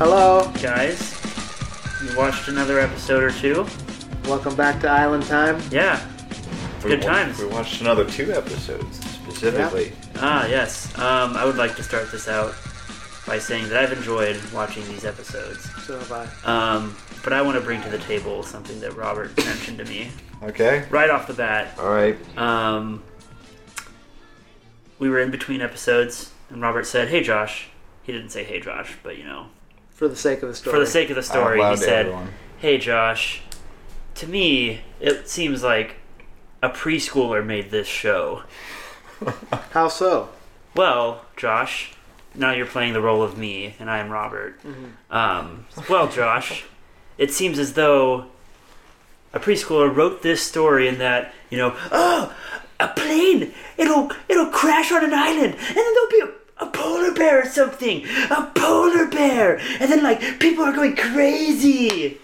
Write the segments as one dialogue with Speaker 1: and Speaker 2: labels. Speaker 1: Hello,
Speaker 2: guys. You watched another episode or two?
Speaker 1: welcome back to Island Time.
Speaker 2: Yeah.
Speaker 3: We
Speaker 2: Good
Speaker 3: wa-
Speaker 2: times.
Speaker 3: We watched another two episodes specifically.
Speaker 2: Ah, yes. Um, I would like to start this out by saying that I've enjoyed watching these episodes.
Speaker 1: So have I.
Speaker 2: Um, but I want to bring to the table something that Robert mentioned to me
Speaker 3: Okay.
Speaker 2: right off the bat.
Speaker 3: All right.
Speaker 2: Um, we were in between episodes, and Robert said, "Hey, Josh." He didn't say "Hey, Josh," but you know,
Speaker 1: For the sake of the story.
Speaker 2: for the sake of the story, he
Speaker 3: Out loud to
Speaker 2: said,
Speaker 3: everyone.
Speaker 2: Hey Josh, to me, it seems like a preschooler made this show.
Speaker 1: How so?
Speaker 2: Well, Josh, now you're playing the role of me, and I'm Robert. Um, well, Josh, it seems as though a preschooler wrote this story in that, you know, oh, a plane, it'll it'll crash on an island, and then there'll be a, a polar bear or something, a polar bear, and then like people are going crazy.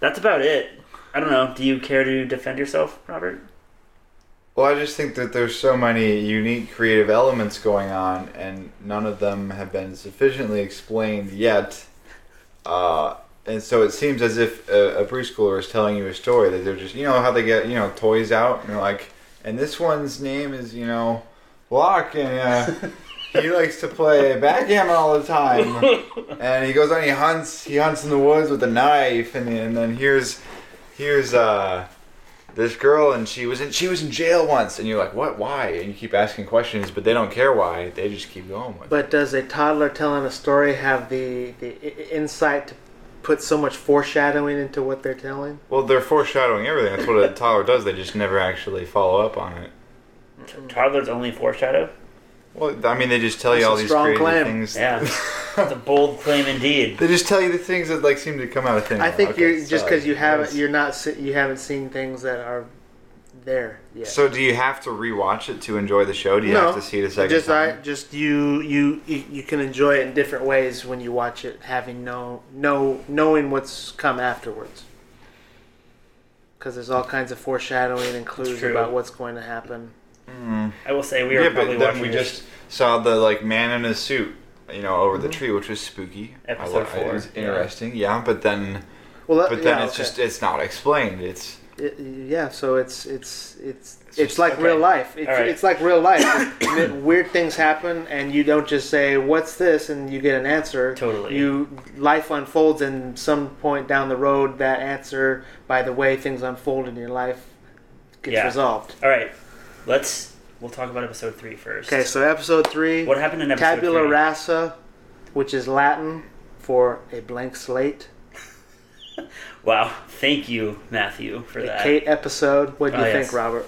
Speaker 2: That's about it. I don't know. Do you care to defend yourself, Robert?
Speaker 3: Well, I just think that there's so many unique creative elements going on, and none of them have been sufficiently explained yet. Uh, and so it seems as if a, a preschooler is telling you a story that they're just, you know, how they get, you know, toys out, and they're like, and this one's name is, you know, Locke, and uh, he likes to play backgammon all the time. and he goes on, he hunts, he hunts in the woods with a knife, and, and then here's, here's, uh, this girl and she was in she was in jail once and you're like what why and you keep asking questions but they don't care why they just keep going with it.
Speaker 1: But does a toddler telling a story have the, the i- i- insight to put so much foreshadowing into what they're telling?
Speaker 3: well they're foreshadowing everything that's what a toddler does they just never actually follow up on it
Speaker 2: Toddlers only foreshadow.
Speaker 3: well i mean they just tell you
Speaker 1: That's
Speaker 3: all
Speaker 1: a
Speaker 3: these
Speaker 1: strong
Speaker 3: crazy
Speaker 1: claim.
Speaker 3: things
Speaker 2: Yeah, that's a bold claim indeed.
Speaker 3: they just tell you the things that like seem to come out of thin
Speaker 1: I
Speaker 3: air.
Speaker 1: think
Speaker 3: Okay,
Speaker 1: you're just
Speaker 3: sorry.
Speaker 1: because you haven't
Speaker 3: Yes.
Speaker 1: you're not se- you haven't seen things that are there yet.
Speaker 3: so do you have to rewatch it to enjoy the show do you have to see it a second
Speaker 1: just
Speaker 3: time
Speaker 1: I, just you, you you you can enjoy it in different ways when you watch it, having no no knowing what's come afterwards. Because there's all kinds of foreshadowing and clues
Speaker 2: true.
Speaker 1: about what's going to happen.
Speaker 2: I will say we were
Speaker 3: yeah
Speaker 2: probably
Speaker 3: but then
Speaker 2: watching
Speaker 3: we
Speaker 2: this-
Speaker 3: just saw the like man in a suit you know over
Speaker 1: Mm-hmm.
Speaker 3: the tree which was spooky I
Speaker 2: Episode
Speaker 3: li-
Speaker 2: four,
Speaker 3: it was
Speaker 2: yeah.
Speaker 3: interesting yeah but then
Speaker 1: Well, that-
Speaker 3: but then
Speaker 1: Uh, yeah,
Speaker 3: it's
Speaker 1: okay.
Speaker 3: just it's not explained it's
Speaker 1: It- yeah. So it's it's it's it's,
Speaker 3: just-
Speaker 1: like
Speaker 2: okay.
Speaker 1: real life. It's,
Speaker 2: All right.
Speaker 1: it's like real life. It- Weird things happen, and you don't just say "What's this?" and you get an answer.
Speaker 2: Totally.
Speaker 1: You life unfolds, and some point down the road, that answer by the way things unfold in your life gets
Speaker 2: Yeah.
Speaker 1: resolved.
Speaker 2: all right. Let's we'll talk about episode three first.
Speaker 1: Okay, so episode three,
Speaker 2: What happened in episode
Speaker 1: tabula
Speaker 2: three?
Speaker 1: rasa, which is Latin for a blank slate.
Speaker 2: wow, thank you, Matthew, for
Speaker 1: A
Speaker 2: that.
Speaker 1: Kate episode. What do you
Speaker 2: Oh,
Speaker 1: think,
Speaker 2: yes.
Speaker 1: Robert?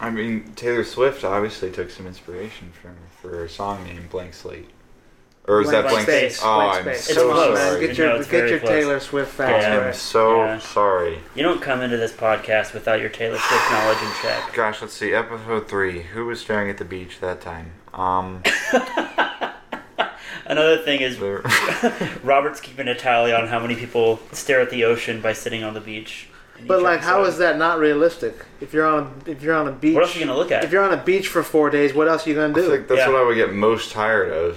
Speaker 3: I mean, Taylor Swift obviously took some inspiration from for her song named Blank Slate. Or is
Speaker 1: Blank
Speaker 3: that Blank
Speaker 2: Space,
Speaker 3: Oh,
Speaker 1: blank
Speaker 3: I'm
Speaker 1: space.
Speaker 2: It's
Speaker 3: so
Speaker 2: close.
Speaker 3: sorry.
Speaker 1: Get
Speaker 2: You know
Speaker 1: your,
Speaker 2: it's
Speaker 1: get
Speaker 2: very
Speaker 1: your
Speaker 2: close.
Speaker 1: Taylor Swift facts
Speaker 2: Yeah.
Speaker 3: I'm
Speaker 1: right.
Speaker 3: so
Speaker 2: Yeah.
Speaker 3: sorry.
Speaker 2: you don't come into this podcast without your Taylor Swift knowledge in check.
Speaker 3: Gosh, let's see. Episode three. Who was staring at the beach that time? Um,
Speaker 2: Another thing is
Speaker 3: there-
Speaker 2: Robert's keeping a tally on how many people stare at the ocean by sitting on the beach. in
Speaker 1: But
Speaker 2: each
Speaker 1: like, how
Speaker 2: episode.
Speaker 1: is that not realistic? If you're on if you're on a beach,
Speaker 2: What else are you gonna look at?
Speaker 1: If you're on a beach for four days, what else are you gonna
Speaker 3: I
Speaker 1: do?
Speaker 3: think that's
Speaker 2: Yeah.
Speaker 3: what I would get most tired of.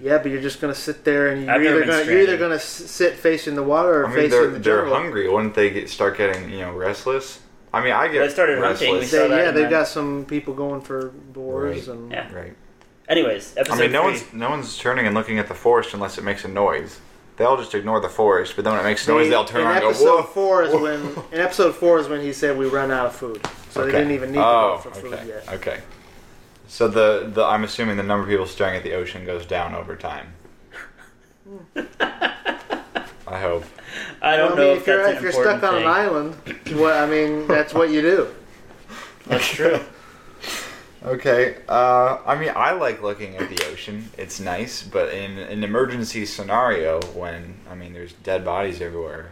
Speaker 1: yeah, but you're just gonna sit there and you're
Speaker 2: I've never
Speaker 1: either
Speaker 2: been
Speaker 1: gonna you're either
Speaker 2: stranded.
Speaker 1: gonna s- sit facing the water or
Speaker 3: I mean,
Speaker 1: facing
Speaker 3: they're
Speaker 1: the
Speaker 3: they're
Speaker 1: jungle.
Speaker 3: hungry. Wouldn't they get, start getting you know restless? I mean, I get
Speaker 2: They started hunting.
Speaker 3: restless.
Speaker 1: They-
Speaker 2: saw that
Speaker 1: yeah,
Speaker 2: and
Speaker 1: they've
Speaker 2: then-
Speaker 1: got some people going for boars
Speaker 3: Right.
Speaker 1: and
Speaker 2: Yeah.
Speaker 3: Right.
Speaker 2: Anyways, episode
Speaker 3: I mean, no
Speaker 2: three.
Speaker 3: one's no one's turning and looking at the forest unless it makes a noise. They all just ignore the forest, but then when it makes a noise,
Speaker 1: They-
Speaker 3: they'll turn
Speaker 1: in
Speaker 3: around and go,
Speaker 1: episode
Speaker 3: "Whoa!"
Speaker 1: four is when in episode four is when he said we run out of food, so they didn't even need
Speaker 3: oh,
Speaker 1: to go for food
Speaker 3: okay.
Speaker 1: yet.
Speaker 3: Okay. So the, the I'm assuming the number of people staring at the ocean goes down over time. I hope.
Speaker 2: I don't
Speaker 1: Well,
Speaker 2: know
Speaker 1: mean,
Speaker 2: if,
Speaker 1: you're
Speaker 2: that's
Speaker 1: if
Speaker 2: an
Speaker 1: you're
Speaker 2: important
Speaker 1: stuck on an
Speaker 2: thing.
Speaker 1: island, what I mean that's what you do.
Speaker 2: That's true.
Speaker 3: Okay. Uh, I mean, I like looking at the ocean. It's nice, but in an emergency scenario, when I mean, there's dead bodies everywhere,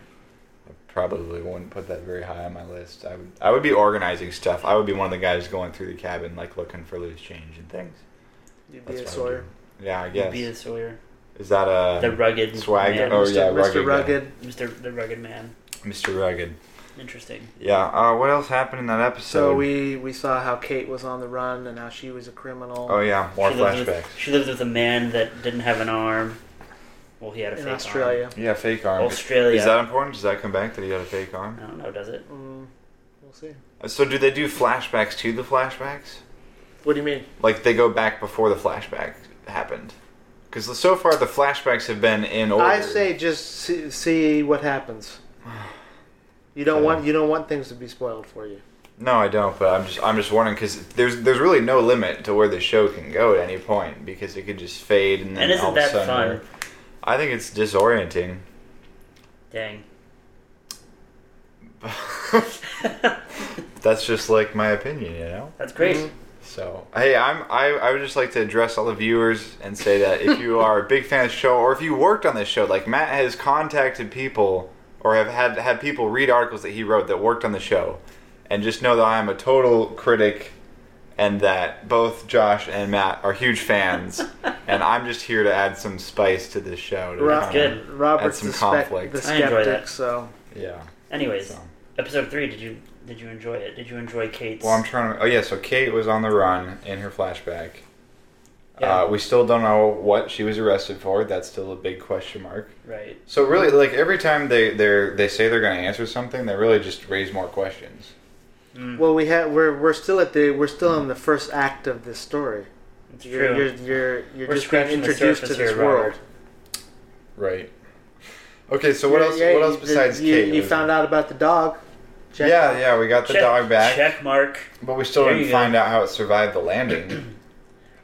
Speaker 3: I probably wouldn't put that very high on my list. I would. I would be organizing stuff. I would be one of the guys going through the cabin, like looking for loose change and things.
Speaker 1: You'd be
Speaker 3: That's
Speaker 1: a
Speaker 3: what I would
Speaker 1: Sawyer.
Speaker 3: do. Yeah, I
Speaker 2: Yes.
Speaker 3: guess.
Speaker 2: Be a Sawyer.
Speaker 3: Is that uh, a
Speaker 2: The rugged
Speaker 3: swag?
Speaker 2: man.
Speaker 3: Oh
Speaker 1: Mr.
Speaker 3: yeah, rugged.
Speaker 1: Mr.
Speaker 3: guy.
Speaker 1: Rugged.
Speaker 2: Mr. The Rugged Man.
Speaker 3: Mr. Rugged.
Speaker 2: Interesting.
Speaker 3: Yeah. Uh, what else happened in that episode?
Speaker 1: So we we saw how Kate was on the run and how she was a criminal.
Speaker 3: Oh yeah, more
Speaker 2: she lived
Speaker 3: flashbacks.
Speaker 2: With, she lived with a man that didn't have an arm. Well, he had a
Speaker 1: in
Speaker 2: fake arm.
Speaker 1: Australia.
Speaker 3: Yeah, fake arm.
Speaker 2: Australia.
Speaker 3: Is that important? Does that come back that he had a fake arm?
Speaker 2: I don't know. Does it?
Speaker 1: Mm, we'll see.
Speaker 3: So do they do flashbacks to the flashbacks?
Speaker 1: What do you mean?
Speaker 3: Like they go back before the flashback happened? Because so far the flashbacks have been in order.
Speaker 1: I say just see, see what happens. You don't
Speaker 3: Okay.
Speaker 1: want you don't want things to be spoiled for you.
Speaker 3: no, I don't. But I'm just I'm just wondering because there's there's really no limit to where the show can go at any point because it could just fade and then
Speaker 2: And isn't
Speaker 3: all of a
Speaker 2: that
Speaker 3: sudden
Speaker 2: fun?
Speaker 3: we're- I think it's disorienting.
Speaker 2: Dang.
Speaker 3: That's just like my opinion, you know.
Speaker 2: That's great.
Speaker 1: Mhm.
Speaker 3: So hey, I'm I, I would just like to address all the viewers and say that if you are a big fan of the show or if you worked on this show, like Matt has contacted people or have had had people read articles that he wrote that worked on the show, and just know that I am a total critic, and that both Josh and Matt are huge fans, and I'm just here to add some spice to this show. To
Speaker 1: Right.
Speaker 3: kinda-
Speaker 2: Good.
Speaker 1: Robert's
Speaker 3: some
Speaker 1: the, spec-
Speaker 3: conflict.
Speaker 1: the
Speaker 2: I enjoy
Speaker 1: skeptic,
Speaker 2: that.
Speaker 1: so
Speaker 3: Yeah.
Speaker 2: Anyways,
Speaker 3: So.
Speaker 2: episode three. Did you did you enjoy it? Did you enjoy Kate's?
Speaker 3: Well, I'm trying to. Oh yeah, so Kate was on the run in her flashback.
Speaker 2: Yeah.
Speaker 3: Uh, we still don't know what she was arrested for. That's still a big question mark.
Speaker 2: right.
Speaker 3: So really, like every time they they they say they're going to answer something, they really just raise more questions.
Speaker 2: Mm,
Speaker 1: well we have we're we're still at the we're still in the first act of this story.
Speaker 2: it's
Speaker 1: You're
Speaker 2: true.
Speaker 1: you're you're, you're
Speaker 2: We're
Speaker 1: just being
Speaker 2: scratching the
Speaker 1: introduced to
Speaker 2: surface
Speaker 1: this
Speaker 2: here,
Speaker 1: world.
Speaker 2: Robert.
Speaker 3: Right. Okay, so what
Speaker 1: Yeah,
Speaker 3: else?
Speaker 1: yeah,
Speaker 3: what else
Speaker 1: you-
Speaker 3: besides
Speaker 1: you,
Speaker 3: Kate?
Speaker 1: You found out about the dog. Jack-
Speaker 3: yeah, yeah, we got the
Speaker 2: check,
Speaker 3: dog back,
Speaker 2: Check mark.
Speaker 3: but we still
Speaker 2: There
Speaker 3: didn't
Speaker 2: you go.
Speaker 3: find out how it survived the landing.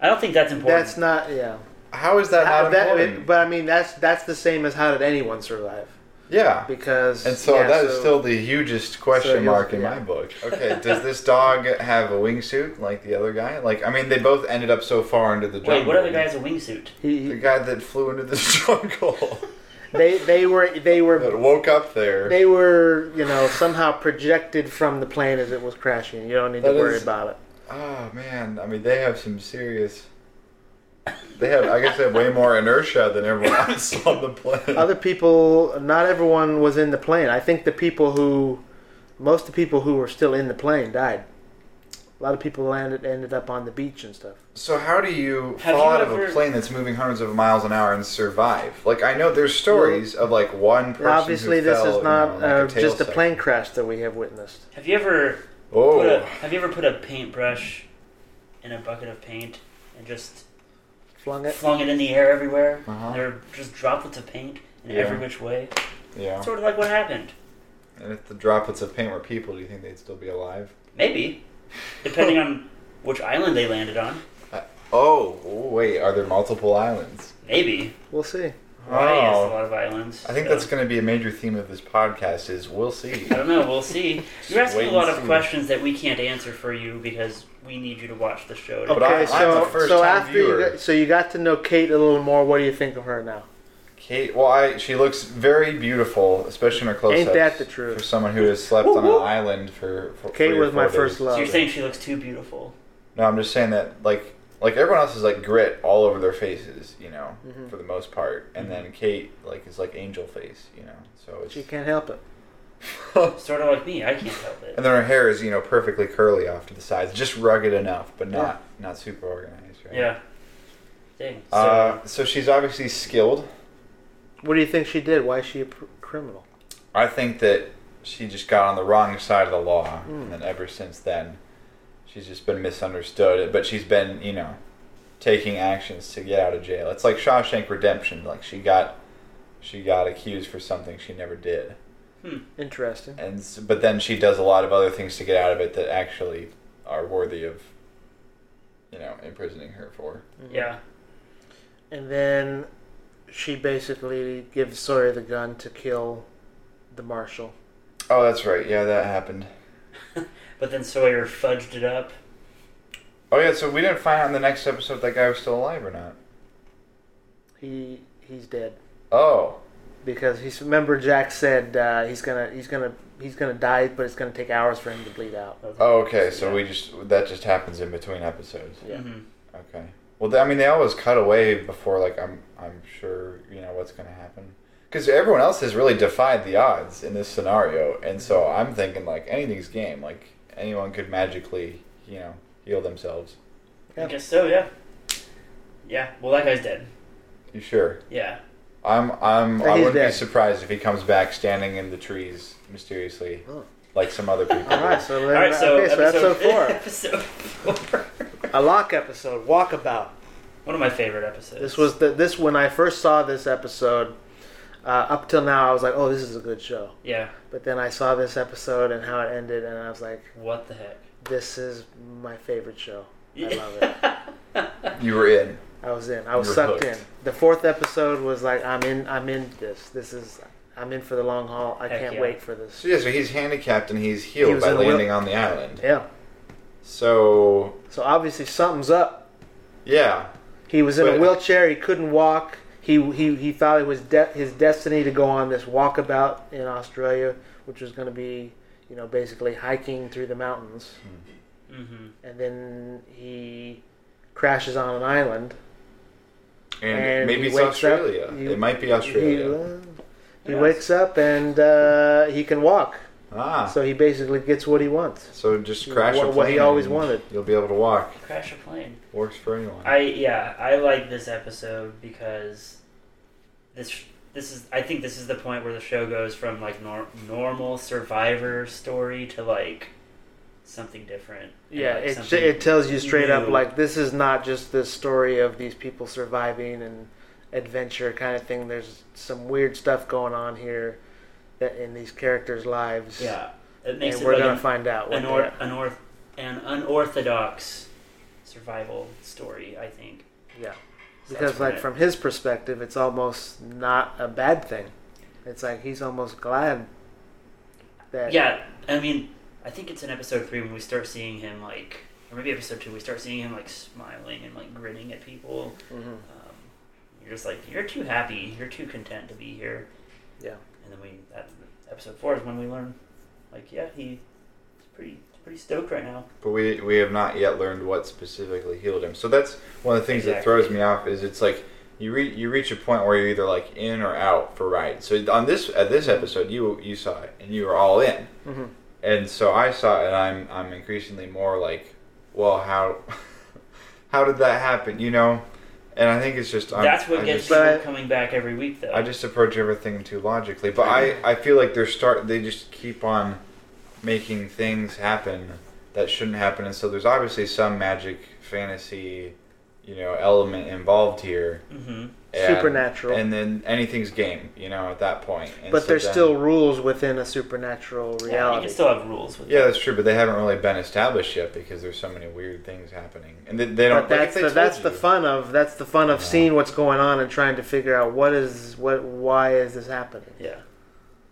Speaker 2: I don't think that's important.
Speaker 1: That's not yeah.
Speaker 3: how is that
Speaker 1: How-
Speaker 3: not
Speaker 1: that-
Speaker 3: important?
Speaker 1: but I mean that's that's the same as how did anyone survive?
Speaker 3: yeah.
Speaker 1: Because
Speaker 3: And so
Speaker 1: yeah,
Speaker 3: that is still the hugest question
Speaker 1: you'll-
Speaker 3: mark in
Speaker 1: yeah.
Speaker 3: my book. Okay, does this dog have a wingsuit like the other guy? Like, I mean, they both ended up so far into the jungle.
Speaker 2: Wait, what other guy has a wingsuit?
Speaker 1: he,
Speaker 3: The
Speaker 1: he-
Speaker 3: guy that flew into the jungle
Speaker 1: they they were they were
Speaker 3: that woke up there.
Speaker 1: they were you know somehow projected from the plane as it was crashing. You don't need to
Speaker 3: That
Speaker 1: worry
Speaker 3: is-
Speaker 1: about it.
Speaker 3: oh man, I mean, they have some serious. They have, I guess, they have way more inertia than everyone else on the planet.
Speaker 1: Other people, not everyone was in the plane. I think the people who, most of the people who were still in the plane died. A lot of people landed ended up on the beach and stuff.
Speaker 3: So how do you
Speaker 2: Have
Speaker 3: fall
Speaker 2: you
Speaker 3: out of
Speaker 2: ever-
Speaker 3: a plane that's moving hundreds of miles an hour and survive? Like I know there's stories of like one person. who
Speaker 1: Obviously, this
Speaker 3: fell,
Speaker 1: is
Speaker 3: you
Speaker 1: not
Speaker 3: know, like
Speaker 1: uh,
Speaker 3: tail
Speaker 1: just a
Speaker 3: section.
Speaker 1: plane crash that we have witnessed.
Speaker 2: Have you ever
Speaker 3: Oh,
Speaker 2: put a Have you ever put a paintbrush in a bucket of paint and just
Speaker 1: Flung it.
Speaker 2: flung it in the air everywhere?
Speaker 3: Uh-huh.
Speaker 2: There were just droplets of paint in
Speaker 3: Yeah.
Speaker 2: every which way.
Speaker 3: yeah.
Speaker 2: Sort of like what happened.
Speaker 3: And if the droplets of paint were people, do you think they'd still be alive?
Speaker 2: Maybe, depending on which island they landed on.
Speaker 3: Oh, oh, wait, are there multiple islands?
Speaker 2: Maybe
Speaker 1: We'll see.
Speaker 2: Hawaii has a
Speaker 3: Oh.
Speaker 2: lot of islands.
Speaker 3: I think
Speaker 2: so-
Speaker 3: that's going to be a major theme of this podcast. Is we'll see.
Speaker 2: I don't know. We'll see. You're asking
Speaker 3: Wait
Speaker 2: a lot
Speaker 3: and
Speaker 2: of
Speaker 3: see.
Speaker 2: questions that we can't answer for you because we need you to watch the show. to-
Speaker 3: Oh, But I-
Speaker 1: Okay,
Speaker 3: I'm
Speaker 1: so
Speaker 3: a first-time
Speaker 1: so after you
Speaker 3: viewer.
Speaker 1: got, so you got to know Kate a little more. What do you think of her now?
Speaker 3: Kate, well, I, she looks very beautiful, especially in her close-ups.
Speaker 1: Ain't that the truth?
Speaker 3: For someone who has slept on
Speaker 2: Woo, woo.
Speaker 3: an island for, for
Speaker 1: Kate
Speaker 3: three or
Speaker 1: was my
Speaker 3: four
Speaker 1: first
Speaker 3: days.
Speaker 1: love.
Speaker 2: So you're saying she looks too beautiful?
Speaker 3: No, I'm just saying that like like everyone else is like grit all over their faces, you know,
Speaker 1: Mm-hmm.
Speaker 3: for the most part, and then Kate like is like angel face, you know. So it's
Speaker 1: She can't help it.
Speaker 2: Sort of like me. I can't help it.
Speaker 3: and then her hair is you know perfectly curly off to the sides, just rugged enough, but not not super organized. Right?
Speaker 2: Yeah. Dang. So,
Speaker 3: Uh, so she's obviously skilled.
Speaker 1: What do you think she did? Why is she a pr- criminal?
Speaker 3: I think that she just got on the wrong side of the law, and then ever since then, she's just been misunderstood. But she's been, you know, taking actions to get out of jail. It's like Shawshank Redemption. Like she got, she got accused for something she never did,
Speaker 1: Interesting.
Speaker 3: and s- but then she does a lot of other things to get out of it that actually are worthy of, you know, imprisoning her for.
Speaker 2: yeah.
Speaker 1: Mm-hmm. And then she basically gives Sawyer the gun to kill the marshal.
Speaker 3: Oh, that's right. Yeah, that happened.
Speaker 2: But then Sawyer fudged it up.
Speaker 3: Oh yeah, so we didn't find out in the next episode if that guy was still alive or not.
Speaker 1: He he's dead
Speaker 3: Oh,
Speaker 1: because he's remember Jack said uh, he's gonna he's gonna he's gonna die, but it's gonna take hours for him to bleed out.
Speaker 3: oh okay. So we just that just happens in between episodes.
Speaker 1: Yeah.
Speaker 2: Mhm.
Speaker 3: Okay. Well, th- I mean, they always cut away before, like, I'm, I'm sure you know what's going to happen. Because everyone else has really defied the odds in this scenario, and so
Speaker 1: Mm-hmm.
Speaker 3: I'm thinking like anything's game. Like anyone could magically, you know, heal themselves.
Speaker 1: Yeah.
Speaker 2: I guess so. Yeah. Yeah. Well, that guy's dead.
Speaker 3: You sure?
Speaker 2: Yeah.
Speaker 3: I'm I'm
Speaker 1: But
Speaker 3: I
Speaker 1: he's
Speaker 3: wouldn't
Speaker 1: dead.
Speaker 3: be surprised if he comes back standing in the trees mysteriously,
Speaker 1: Oh.
Speaker 3: like some other people.
Speaker 1: All right, so,
Speaker 2: All right, so,
Speaker 1: okay, so episode four,
Speaker 2: episode four.
Speaker 1: a lock episode, walkabout.
Speaker 2: One of my favorite episodes.
Speaker 1: This was the this when I first saw this episode. Uh, up till now, I was like, "Oh, this is a good show,"
Speaker 2: yeah.
Speaker 1: but then I saw this episode and how it ended, and I was like,
Speaker 2: What the heck?
Speaker 1: "This is my favorite show. I
Speaker 2: Yeah.
Speaker 1: love it."
Speaker 3: You were in.
Speaker 1: I was in. I was
Speaker 3: You were
Speaker 1: sucked in.
Speaker 3: hooked.
Speaker 1: The fourth episode was like, "I'm in. I'm in this. This is. I'm in for the long haul. I
Speaker 2: Heck
Speaker 1: can't
Speaker 2: yeah.
Speaker 1: wait for this."
Speaker 3: So yeah, so he's handicapped and he's
Speaker 1: He
Speaker 3: healed
Speaker 1: was
Speaker 3: by
Speaker 1: in a wheel-
Speaker 3: landing on the island.
Speaker 1: Yeah.
Speaker 3: So
Speaker 1: So obviously something's up.
Speaker 3: yeah,
Speaker 1: He was in a
Speaker 3: But-
Speaker 1: wheelchair. He couldn't walk. He he, he thought it was de- his destiny to go on this walkabout in Australia, which was going to be you know basically hiking through the mountains.
Speaker 2: Mm-hmm.
Speaker 3: Hmm.
Speaker 1: And then he crashes on an island.
Speaker 3: and,
Speaker 1: And he
Speaker 3: maybe it's
Speaker 1: wakes up,
Speaker 3: Australia.
Speaker 1: you-
Speaker 3: it might be
Speaker 1: He,
Speaker 3: Australia.
Speaker 1: uh, he
Speaker 2: Yes.
Speaker 1: wakes up and uh, he can walk.
Speaker 3: ah, so,
Speaker 1: So he basically gets what he wants.
Speaker 3: just crash
Speaker 1: What-
Speaker 3: a
Speaker 1: what he
Speaker 3: plane
Speaker 1: always
Speaker 3: and
Speaker 1: wanted.
Speaker 3: You'll be able to walk.
Speaker 2: Crash a plane.
Speaker 3: Works for anyone.
Speaker 2: I yeah, I like this episode because this this is I think this is the point where the show goes from like nor- normal survivor story to like something different. and,
Speaker 1: Yeah,
Speaker 2: like,
Speaker 1: it,
Speaker 2: something
Speaker 1: it tells you straight up
Speaker 2: new.
Speaker 1: like this is not just the story of these people surviving and adventure kind of thing. There's some weird stuff going on here that in these characters' lives.
Speaker 2: yeah, it makes
Speaker 1: and
Speaker 2: it
Speaker 1: we're
Speaker 2: like
Speaker 1: gonna
Speaker 2: an,
Speaker 1: find out what
Speaker 2: an,
Speaker 1: they
Speaker 2: or,
Speaker 1: are.
Speaker 2: an, orth- an unorthodox survival story. I think
Speaker 1: Yeah,
Speaker 2: So
Speaker 1: because
Speaker 2: that's
Speaker 1: like
Speaker 2: what
Speaker 1: from his perspective, it's almost not a bad thing. It's like he's almost glad
Speaker 2: it-
Speaker 1: that
Speaker 2: yeah, I mean, I think it's in episode three when we start seeing him like, or maybe episode two, we start seeing him like smiling and like grinning at people.
Speaker 1: Mhm.
Speaker 2: Um, you're just like you're too happy, you're too content to be here.
Speaker 1: Yeah.
Speaker 2: And then we that episode four is when we learn, like, yeah, he's pretty pretty stoked right now.
Speaker 3: But we we have not yet learned what specifically healed him. So that's one of the things that
Speaker 2: Exactly.
Speaker 3: throws me off is it's like you re- you reach a point where you're either like in or out for rides. So on this at this episode you you saw it and you were all in.
Speaker 1: Mhm.
Speaker 3: And so I saw it and I'm I'm increasingly more like, well how how did that happen, you know? And I think it's just I'm,
Speaker 2: That's what
Speaker 3: I
Speaker 2: gets
Speaker 3: just,
Speaker 2: people
Speaker 1: But-
Speaker 2: coming back every week, though.
Speaker 3: I just approach everything too logically. But I I feel like they're start they just keep on making things happen that shouldn't happen, and so there's obviously some magic fantasy, you know, element involved here.
Speaker 2: hmm
Speaker 3: and-
Speaker 1: supernatural.
Speaker 3: And then anything's game, you know, at that point. And
Speaker 1: but
Speaker 3: so
Speaker 1: there's
Speaker 3: then-
Speaker 1: still rules within a supernatural
Speaker 2: Yeah, you
Speaker 1: reality.
Speaker 2: can still have rules with
Speaker 3: Yeah,
Speaker 2: that.
Speaker 3: that's true, but they haven't really been established yet because there's so many weird things happening, and they, they don't.
Speaker 1: but
Speaker 3: like, if
Speaker 1: that's
Speaker 3: they
Speaker 1: the
Speaker 3: told
Speaker 1: that's the
Speaker 3: you-
Speaker 1: fun of that's the fun of
Speaker 3: Yeah.
Speaker 1: seeing what's going on and trying to figure out what is what why is this happening.
Speaker 2: Yeah.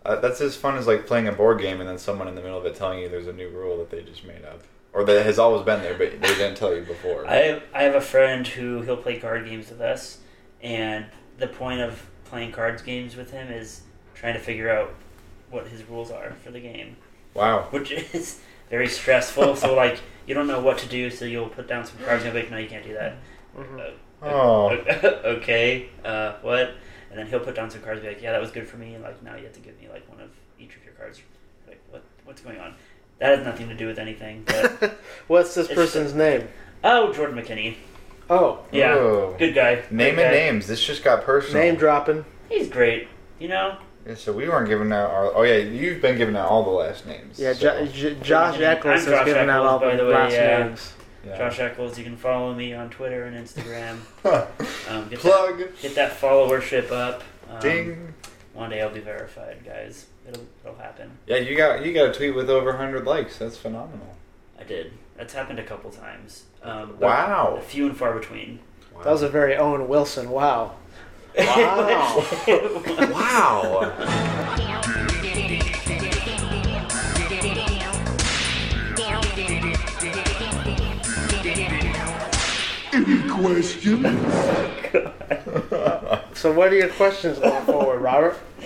Speaker 3: Uh, that's as fun as like playing a board game and then someone in the middle of it telling you there's a new rule that they just made up or that has always been there but they didn't tell you before.
Speaker 2: I I have a friend who he'll play card games with us, and the point of playing cards games with him is trying to figure out what his rules are for the game.
Speaker 3: wow.
Speaker 2: which is very stressful. so like you don't know what to do, so you'll put down some cards and be like, no, you can't do that.
Speaker 1: Mhm.
Speaker 2: Uh,
Speaker 3: Oh.
Speaker 2: okay, uh, what? And then he'll put down some cards and be like, yeah, that was good for me. And like now you have to give me like one of each of your cards. Like what what's going on? That has nothing to do with anything. But
Speaker 1: What's this
Speaker 2: Mm-hmm. It's-
Speaker 1: person's name?
Speaker 2: oh, Jordan McKinney,
Speaker 1: Oh,
Speaker 2: yeah,
Speaker 3: Ooh.
Speaker 2: good guy.
Speaker 3: Name
Speaker 2: Good guy.
Speaker 3: and names. This just got personal.
Speaker 1: name dropping.
Speaker 2: He's great. You know,
Speaker 3: Yeah, so we weren't giving out our. Oh yeah, you've been giving out all the last names.
Speaker 1: Yeah, jo-
Speaker 3: so,
Speaker 1: J- Josh
Speaker 2: I'm
Speaker 1: Eccles
Speaker 2: Josh
Speaker 1: has given out all
Speaker 2: Eccles, by
Speaker 1: the
Speaker 2: the way,
Speaker 1: last
Speaker 2: yeah.
Speaker 1: names.
Speaker 3: yeah.
Speaker 2: Josh Eccles. You can follow me on Twitter and Instagram. Um, get that,
Speaker 3: Plug.
Speaker 2: get that followership up. Um,
Speaker 3: Ding.
Speaker 2: One day I'll be verified, guys. It'll it'll happen.
Speaker 3: Yeah, you got you got a tweet with over 100 likes. That's phenomenal.
Speaker 2: I did. That's happened a couple times. Um, but
Speaker 3: Wow.
Speaker 2: Few and far between.
Speaker 1: That was a very Owen Wilson. Wow.
Speaker 3: Wow. wow.
Speaker 2: Oh
Speaker 1: So, what are your questions going forward, Robert?
Speaker 2: I,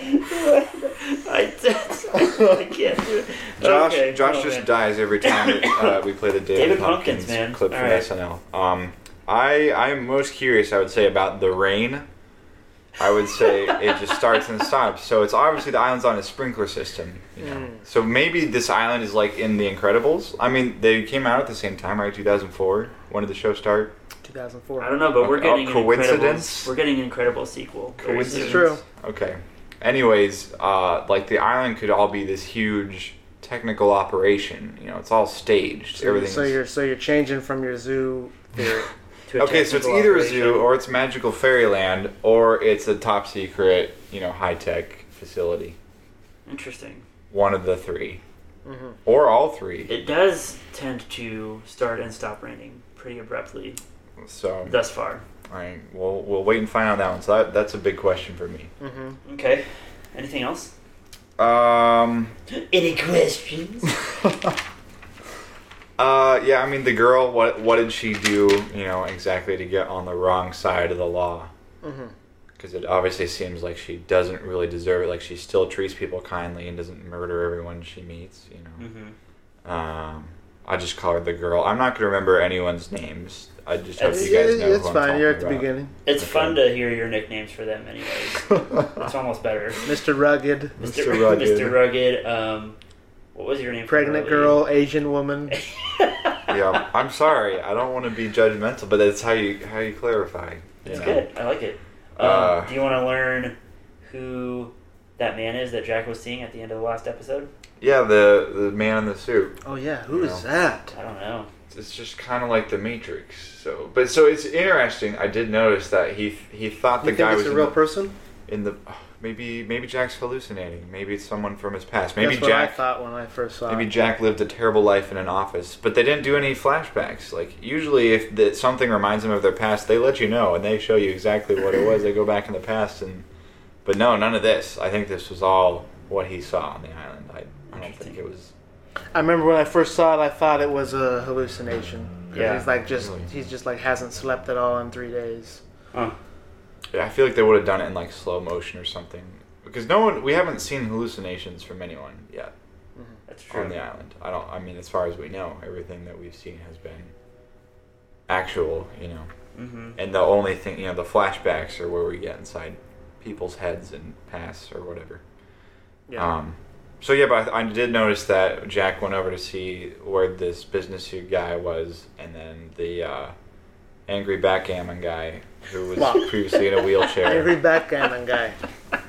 Speaker 2: I can't do it.
Speaker 3: Josh,
Speaker 2: Okay,
Speaker 3: Josh
Speaker 2: oh,
Speaker 3: just
Speaker 2: man.
Speaker 3: dies every time uh, we play the David,
Speaker 2: David
Speaker 3: Pumpkins,
Speaker 2: Pumpkins, man.
Speaker 3: clip from
Speaker 2: All right.
Speaker 3: SNL. Um, I I'm most curious, I would say, about the rain. I would say it just starts and stops. So it's obviously the island's on a sprinkler system. You know?
Speaker 2: Mm.
Speaker 3: So maybe this island is like in The Incredibles. I mean, they came out at the same time, right? 2004. When did the show start?
Speaker 1: 2004.
Speaker 2: I don't know, but we're
Speaker 3: A
Speaker 2: getting an
Speaker 3: coincidence?
Speaker 2: Incredibles. We're getting an incredible sequel. very
Speaker 3: Coincidence?
Speaker 1: It's
Speaker 2: soon.
Speaker 1: true.
Speaker 3: Okay. Anyways, uh, like the island could all be this huge technical operation. You know, it's all staged.
Speaker 1: So,
Speaker 3: Everything's
Speaker 1: so you're so you're changing from your zoo theory.
Speaker 2: To a
Speaker 3: okay. So it's
Speaker 2: technical
Speaker 3: either a
Speaker 2: operation.
Speaker 3: zoo or it's magical fairyland or it's a top secret, you know, high tech facility.
Speaker 2: Interesting.
Speaker 3: One of the three,
Speaker 1: hmm
Speaker 3: or all three.
Speaker 2: It does tend to start and stop raining pretty abruptly
Speaker 3: So
Speaker 2: thus far.
Speaker 3: I we'll we'll wait and find out that one. So that, that's a big question for me.
Speaker 1: hmm
Speaker 2: Okay. Anything else?
Speaker 3: Um.
Speaker 2: Any questions?
Speaker 3: Mm-hmm. Uh, yeah, I mean the girl. What what did she do? You know exactly to get on the wrong side of the law.
Speaker 1: hmm
Speaker 3: Because it obviously seems like she doesn't really deserve it. Like she still treats people kindly and doesn't murder everyone she meets. You know.
Speaker 2: mm-hmm.
Speaker 3: Um, I just call her the girl. I'm not gonna remember anyone's names. I just hope
Speaker 2: It's-
Speaker 3: you guys know.
Speaker 1: it's
Speaker 3: who I'm
Speaker 1: fine.
Speaker 3: talking
Speaker 1: You're at the
Speaker 3: about.
Speaker 1: beginning.
Speaker 2: It's
Speaker 3: Okay.
Speaker 2: fun to hear your nicknames for them, anyways. it's almost better.
Speaker 1: Mr. Rugged,
Speaker 3: Mr.
Speaker 2: Mr.
Speaker 3: Rugged.
Speaker 2: Mr. Rugged. Um, what was your name? from
Speaker 1: pregnant
Speaker 2: earlier?
Speaker 1: girl, Asian woman.
Speaker 3: yeah, I'm sorry. I don't want to be judgmental, but that's how you how you clarify. you
Speaker 2: It's
Speaker 3: know?
Speaker 2: good. I like it. Um,
Speaker 3: Uh,
Speaker 2: do you want to learn who that man is that Jack was seeing at the end of the last episode?
Speaker 3: Yeah, the the man in the suit.
Speaker 1: Oh yeah, who is
Speaker 3: Yeah.
Speaker 1: that?
Speaker 2: I don't know.
Speaker 3: it's just kind of like the Matrix. So, but so it's interesting. I did notice that he he thought
Speaker 1: You
Speaker 3: the
Speaker 1: think
Speaker 3: guy
Speaker 1: it's
Speaker 3: was
Speaker 1: a
Speaker 3: in
Speaker 1: real
Speaker 3: the-
Speaker 1: person?
Speaker 3: in the oh, maybe maybe Jack's hallucinating. Maybe it's someone from his past. Maybe
Speaker 1: That's what I
Speaker 3: Jack
Speaker 1: thought when I first saw
Speaker 3: maybe
Speaker 1: it.
Speaker 3: Jack lived a terrible life in an office. But they didn't do any flashbacks. Like usually, if the, something reminds them of their past, they let you know and they show you exactly what it was. They go back in the past and but no, none of this. I think this was all what he saw on the island. I, I don't
Speaker 2: Interesting.
Speaker 3: think it was.
Speaker 1: I remember when I first saw it, I thought it was a hallucination. 'Cause
Speaker 2: Yeah.
Speaker 1: he's like just
Speaker 3: Really?
Speaker 1: he's just like hasn't slept at all in three days.
Speaker 2: Huh.
Speaker 3: Yeah, I feel like they would have done it in like slow motion or something. Because no one, we haven't seen hallucinations from anyone yet
Speaker 1: Mm-hmm.
Speaker 2: That's true.
Speaker 3: on the island. I don't. I mean, as far as we know, everything that we've seen has been actual. You know,
Speaker 2: Mm-hmm.
Speaker 3: and the only thing, you know, the flashbacks are where we get inside people's heads and pass or whatever.
Speaker 1: Yeah.
Speaker 3: Um, so yeah, but I, I did notice that Jack went over to see where this business suit guy was, and then the uh, angry backgammon guy who was
Speaker 1: Wow.
Speaker 3: previously in a wheelchair
Speaker 1: Angry backgammon guy.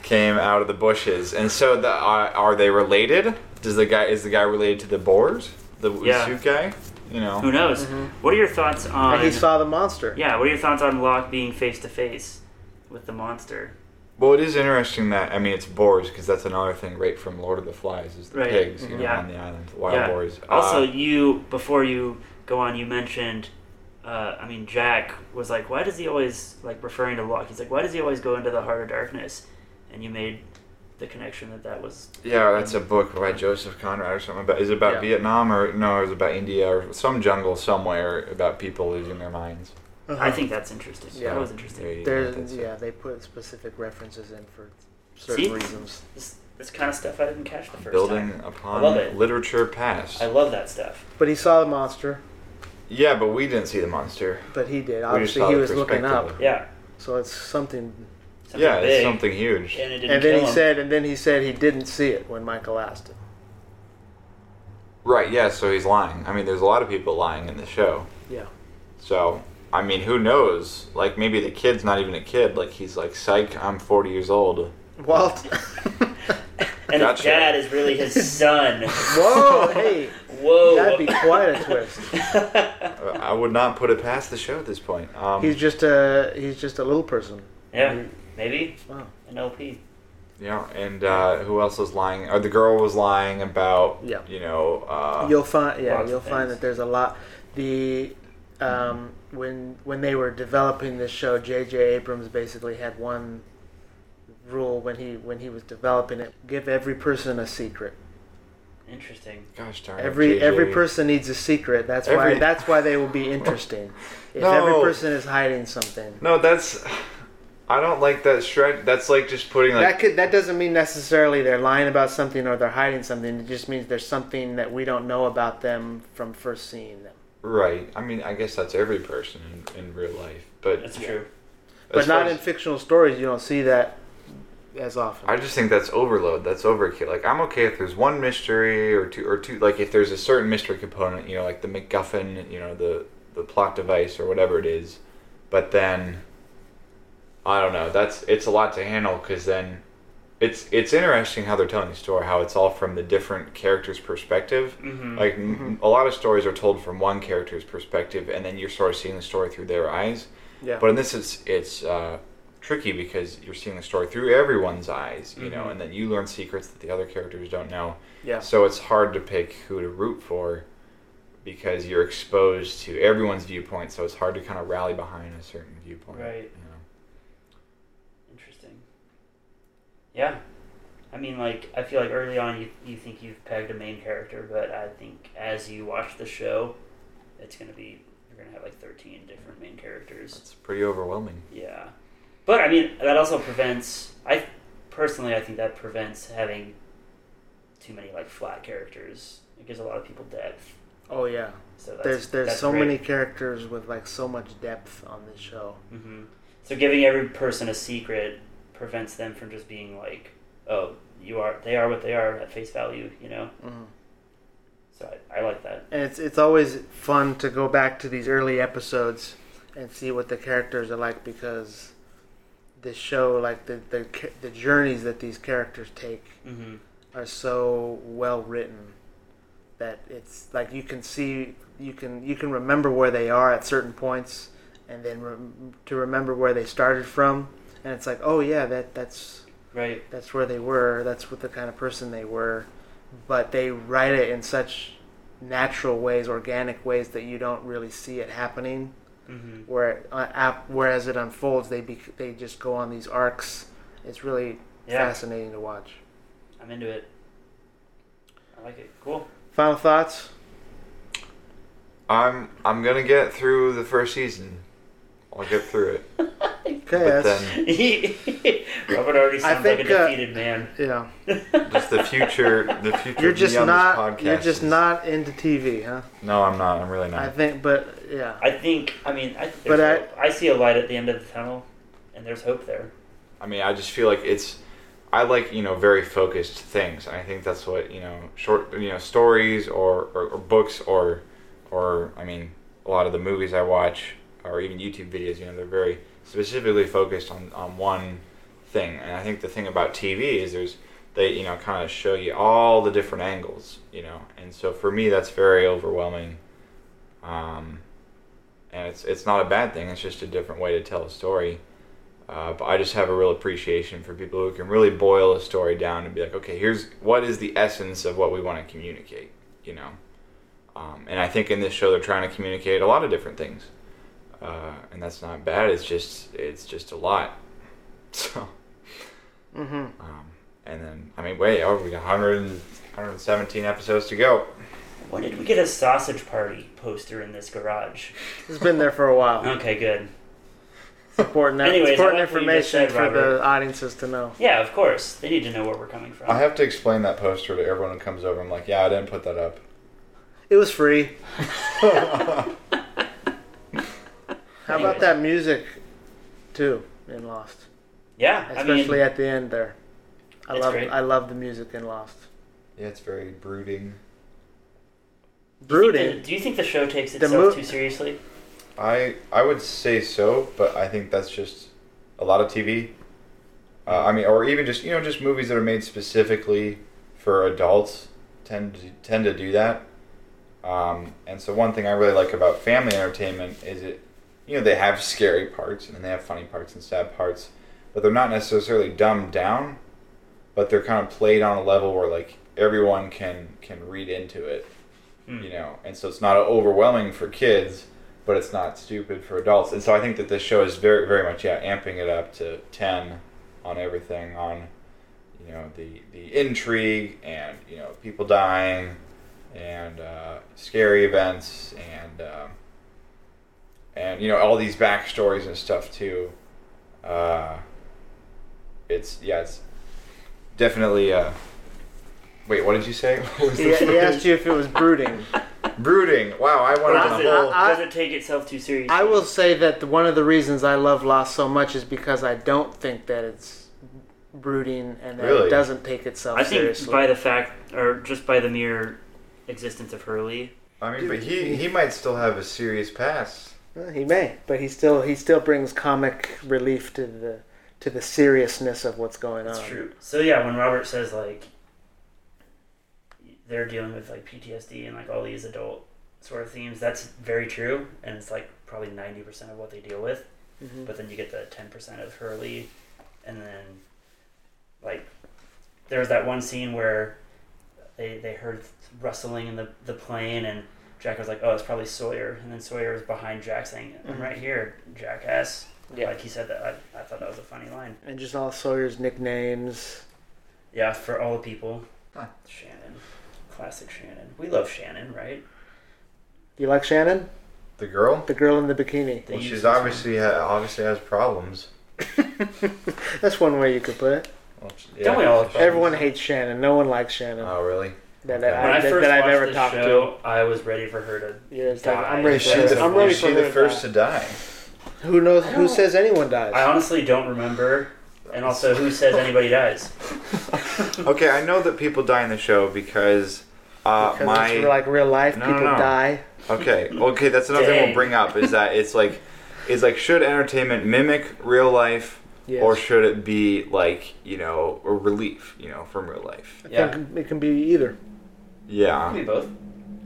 Speaker 3: came out of the bushes. And so, the, are are they related? Does the guy is the guy related to the boars? The
Speaker 2: Yeah.
Speaker 3: suit guy? You know.
Speaker 2: Who knows?
Speaker 1: Mhm.
Speaker 2: What are your thoughts on?
Speaker 1: And he saw the monster.
Speaker 2: yeah. What are your thoughts on Locke being face to face with the monster?
Speaker 3: Well, it is interesting that I mean it's boars because that's another thing right from Lord of the Flies is the
Speaker 2: Right.
Speaker 3: pigs you know,
Speaker 2: Yeah.
Speaker 3: on the island, the wild
Speaker 2: Yeah.
Speaker 3: boars.
Speaker 2: Also,
Speaker 3: Uh,
Speaker 2: you before you go on, you mentioned. Uh, I mean, Jack was like, "Why does he always like referring to Locke?" He's like, "Why does he always go into the heart of darkness?" And you made the connection that that was
Speaker 3: yeah, that's a book by Joseph Conrad or something. About is it about
Speaker 1: Yeah.
Speaker 3: Vietnam or no? It was about India or some jungle somewhere about people losing their minds.
Speaker 1: Uh-huh.
Speaker 2: I think that's interesting.
Speaker 3: Yeah.
Speaker 2: That was interesting.
Speaker 3: There you go,
Speaker 1: There's
Speaker 3: that's it.
Speaker 1: yeah, they put specific references in for certain
Speaker 2: See?
Speaker 1: reasons.
Speaker 2: This, this kind of stuff I didn't catch the first
Speaker 3: Building
Speaker 2: time.
Speaker 3: upon
Speaker 2: love it.
Speaker 3: literature past.
Speaker 2: I love that stuff.
Speaker 1: But he saw the monster.
Speaker 3: yeah, but we didn't see the monster.
Speaker 1: But he did.
Speaker 3: We just
Speaker 1: Obviously,
Speaker 3: saw
Speaker 1: he
Speaker 3: the
Speaker 1: was looking
Speaker 3: perspective.
Speaker 1: up.
Speaker 2: Yeah.
Speaker 1: So it's something.
Speaker 2: Something
Speaker 3: yeah,
Speaker 2: big,
Speaker 3: it's something huge.
Speaker 2: And it didn't
Speaker 1: And then
Speaker 2: kill
Speaker 1: he
Speaker 2: him.
Speaker 1: said, and then he said he didn't see it when Michael asked him.
Speaker 3: Right, yeah, so he's lying. I mean, there's a lot of people lying in the show.
Speaker 1: Yeah.
Speaker 3: So, I mean, who knows? Like, maybe the kid's not even a kid. Like, he's like, psych, I'm 40 years old.
Speaker 1: Walt.
Speaker 2: and
Speaker 3: Gotcha.
Speaker 2: his dad is really his son.
Speaker 1: Whoa! Hey,
Speaker 2: Whoa.
Speaker 1: that'd be quite a twist.
Speaker 3: Uh, I would not put it past the show at this point. Um,
Speaker 1: He's just a he's just a little person.
Speaker 2: yeah. Maybe
Speaker 1: Wow.
Speaker 2: an LP.
Speaker 3: yeah, and uh, who else was lying? Or the girl was lying about,
Speaker 1: Yeah.
Speaker 3: you know, uh,
Speaker 1: you'll find yeah,
Speaker 2: lots of
Speaker 1: you'll find
Speaker 2: things.
Speaker 1: that there's a lot. The um, when when they were developing this show, J.J. Abrams basically had one rule when he when he was developing it: give every person a secret.
Speaker 2: Interesting.
Speaker 3: gosh darn it,
Speaker 1: Every
Speaker 3: JJ.
Speaker 1: every person needs a secret. That's
Speaker 3: Every-
Speaker 1: why that's why they will be interesting. If
Speaker 3: No.
Speaker 1: every person is hiding something,
Speaker 3: No, that's. I don't like that shred. That's like just putting, like,
Speaker 1: that could that doesn't mean necessarily they're lying about something or they're hiding something. It just means there's something that we don't know about them from first seeing them.
Speaker 3: right. I mean, I guess that's every person in, in real life. But,
Speaker 2: That's
Speaker 1: Yeah.
Speaker 2: true.
Speaker 1: But
Speaker 3: as far
Speaker 1: not
Speaker 3: as-
Speaker 1: in fictional stories. You don't see that as often.
Speaker 3: I just think that's overload. That's overkill. Like I'm okay if there's one mystery or two or two. Like if there's a certain mystery component, you know, like the MacGuffin, you know, the the plot device or whatever it is. but then I don't know. That's it's a lot to handle because then it's it's interesting how they're telling the story, how it's all from the different characters' perspective.
Speaker 1: Mm-hmm.
Speaker 2: hmm
Speaker 3: Like m a a lot of stories are told from one character's perspective, and then you're sort of seeing the story through their eyes.
Speaker 1: Yeah.
Speaker 3: But in this, it's it's uh, tricky because you're seeing the story through everyone's eyes, you know,
Speaker 2: Mhm.
Speaker 3: and then you learn secrets that the other characters don't know.
Speaker 1: yeah.
Speaker 3: So it's hard to pick who to root for because you're exposed to everyone's viewpoint. So it's hard to kind of rally behind a certain viewpoint.
Speaker 2: Right.
Speaker 3: you know.
Speaker 2: Interesting. Yeah. I mean, like, I feel like early on you, you think you've pegged a main character, but I think as you watch the show, it's going to be, you're going to have like 13 different main characters.
Speaker 3: It's pretty overwhelming.
Speaker 2: Yeah. But, I mean, that also prevents, I personally, I think that prevents having too many, like, flat characters. It gives a lot of people depth.
Speaker 1: Oh yeah.
Speaker 2: So that's,
Speaker 1: there's there's
Speaker 2: that's
Speaker 1: so
Speaker 2: great.
Speaker 1: many characters with like so much depth on this show.
Speaker 2: hmm So giving every person a secret prevents them from just being like, oh, you are they are what they are at face value, you know.
Speaker 3: Mm-hmm.
Speaker 1: Mhm.
Speaker 2: So I, I like that.
Speaker 1: And it's it's always fun to go back to these early episodes and see what the characters are like because this show like the the ca- the journeys that these characters take
Speaker 2: hmm
Speaker 1: are so well written that it's like you can see you can you can remember where they are at certain points and then rem to remember where they started from and it's like oh yeah that that's
Speaker 2: Right.
Speaker 1: that's where they were that's what the kind of person they were but they write it in such natural ways organic ways that you don't really see it happening
Speaker 2: hmm
Speaker 1: where uh, ap- whereas it unfolds they bec they just go on these arcs it's really
Speaker 2: Yeah,
Speaker 1: fascinating to watch
Speaker 2: I'm into it. I like it. Cool.
Speaker 1: final thoughts
Speaker 3: I'm I'm gonna get through the first season. I'll get through it.
Speaker 1: okay
Speaker 3: but
Speaker 1: that's-
Speaker 3: then
Speaker 2: Robert already sounds like
Speaker 1: think,
Speaker 2: a
Speaker 1: uh,
Speaker 2: defeated man.
Speaker 1: Yeah,
Speaker 3: just the future, the future.
Speaker 1: you're just
Speaker 3: beyond this
Speaker 1: not
Speaker 3: podcast
Speaker 1: you're just
Speaker 3: is-
Speaker 1: not into TV, huh?
Speaker 3: No, I'm not. I'm really
Speaker 1: I
Speaker 3: not.
Speaker 1: think, but yeah,
Speaker 2: I think. I mean, I think
Speaker 1: But
Speaker 2: there's hope. I see a light at the end of the tunnel, and there's hope there.
Speaker 3: I mean, I just feel like it's. I like you know very focused things. I think that's what you know short you know stories or, or, or books or or I mean a lot of the movies I watch or even YouTube videos. You know they're very specifically focused on on one thing. And I think the thing about TV is there's they you know kind of show you all the different angles. You know, and so for me that's very overwhelming. Um, and it's it's not a bad thing. It's just a different way to tell a story. Uh, but I just have a real appreciation for people who can really boil a story down and be like, okay, here's what is the essence of what we want to communicate, you know. Um, and I think in this show they're trying to communicate a lot of different things, uh, and that's not bad. It's just it's just a lot. So,
Speaker 1: hmm
Speaker 3: um, and then I mean, wait, oh, we got 100 and, 117 episodes to go.
Speaker 2: When did we get a sausage party poster in this garage?
Speaker 1: it's been there for a while.
Speaker 2: Okay, good.
Speaker 1: It's important, it's
Speaker 2: Anyways, I
Speaker 1: important
Speaker 2: like what you just
Speaker 1: information
Speaker 2: said,
Speaker 1: for
Speaker 2: Robert.
Speaker 1: the audiences to know.
Speaker 2: Yeah, of course. They need to know where we're coming from.
Speaker 3: I have to explain that poster to everyone who comes over. I'm like, yeah, I didn't put that up.
Speaker 1: It was free. How
Speaker 2: Anyways.
Speaker 1: about that music, too, in Lost,
Speaker 2: yeah, I
Speaker 1: especially
Speaker 2: mean,
Speaker 1: at the end there. I
Speaker 2: It's
Speaker 1: love
Speaker 2: great.
Speaker 1: I love the music in Lost.
Speaker 3: Yeah, it's very brooding.
Speaker 2: do you think
Speaker 1: Brooding.
Speaker 2: the- Do you think the show takes
Speaker 1: The
Speaker 2: itself
Speaker 1: mo-
Speaker 2: too seriously?
Speaker 3: I I would say so, but I think that's just a lot of TV. Uh, I mean, or even just you know just movies that are made specifically for adults tend to tend to do that. Um, and so one thing I really like about family entertainment is it, you know, they have scary parts and then they have funny parts and sad parts, but they're not necessarily dumbed down, but they're kind of played on a level where like everyone can can read into it
Speaker 2: Hmm.
Speaker 3: you know and so it's not overwhelming for kids but it's not stupid for adults and so i think that this show is very very much yeah amping it up to 10 on everything on you know the the intrigue and you know people dying and uh, scary events and um, and you know all these backstories and stuff too uh, it's yeah it's definitely uh, wait what did you say What was the
Speaker 1: He, he asked you if it was brooding.
Speaker 3: Brooding. Wow, I wanted
Speaker 2: Does
Speaker 3: a
Speaker 2: it,
Speaker 3: whole.
Speaker 1: I-
Speaker 2: does it take itself too seriously?
Speaker 1: I will say that the, one of the reasons I love Lost so much is because I don't think that it's brooding and that
Speaker 3: Really?
Speaker 1: it doesn't take itself
Speaker 2: I think
Speaker 1: seriously.
Speaker 2: by the fact, or just by the mere existence of Hurley,
Speaker 3: I mean, but he he might still have a serious past.
Speaker 1: Well, he may, but he still he still brings comic relief to the to the seriousness of what's going
Speaker 2: That's
Speaker 1: on.
Speaker 2: true. So yeah, when Robert says like they're dealing with like PTSD and like all these adult sort of themes, that's very true, and it's like probably ninety percent of what they deal with.
Speaker 1: Mhm.
Speaker 2: But then you get the ten percent of Hurley, and then like there was that one scene where they they heard rustling in the the plane and. Jack was like, "Oh, it's probably Sawyer," and then Sawyer was behind Jack saying, "I'm
Speaker 1: Mhm.
Speaker 2: right here, jackass."
Speaker 1: Yeah.
Speaker 2: Like he said that, I, I thought that was a funny line.
Speaker 1: And just all Sawyer's nicknames.
Speaker 2: Yeah, for all the people.
Speaker 3: Huh.
Speaker 2: Shannon. Classic Shannon. We love Shannon, right?
Speaker 1: You like Shannon,
Speaker 3: The girl?
Speaker 1: the girl in the bikini?
Speaker 2: They
Speaker 3: Well,
Speaker 2: use
Speaker 3: she's
Speaker 2: this
Speaker 3: obviously ha- obviously has problems.
Speaker 1: That's one way you could put it.
Speaker 3: Well, she-
Speaker 2: Don't we all have
Speaker 3: she-
Speaker 1: Everyone hates Shannon. No one likes Shannon
Speaker 3: Oh really?
Speaker 1: that,
Speaker 3: okay.
Speaker 1: that,
Speaker 2: one. When I
Speaker 1: I, that,
Speaker 2: first
Speaker 1: that I've
Speaker 2: watched
Speaker 1: ever
Speaker 2: this
Speaker 1: talked
Speaker 2: show, I was ready for her to.
Speaker 1: to. Yeah, it's like,
Speaker 2: Die.
Speaker 1: I'm ready
Speaker 3: Is she
Speaker 1: for her.
Speaker 3: the,
Speaker 1: I'm ready
Speaker 3: is she
Speaker 1: for her
Speaker 3: the
Speaker 1: to
Speaker 3: first
Speaker 1: die.
Speaker 3: to die?
Speaker 1: Who knows?
Speaker 2: I
Speaker 1: Who
Speaker 2: don't-
Speaker 1: says anyone dies?
Speaker 2: I honestly don't remember, and also who says anybody dies?
Speaker 3: Okay, I know that people die in the show because, uh,
Speaker 1: because
Speaker 3: my
Speaker 1: it's like real life,
Speaker 3: No, no,
Speaker 1: people
Speaker 3: no.
Speaker 1: die.
Speaker 3: Okay. Okay, that's another thing
Speaker 2: Dang.
Speaker 3: we'll bring up is that it's like it's like should entertainment mimic real life
Speaker 1: Yes.
Speaker 3: or should it be like, you know, a relief, you know, from real life?
Speaker 1: I
Speaker 2: Yeah.
Speaker 1: think it can be either.
Speaker 3: Yeah.
Speaker 2: We both.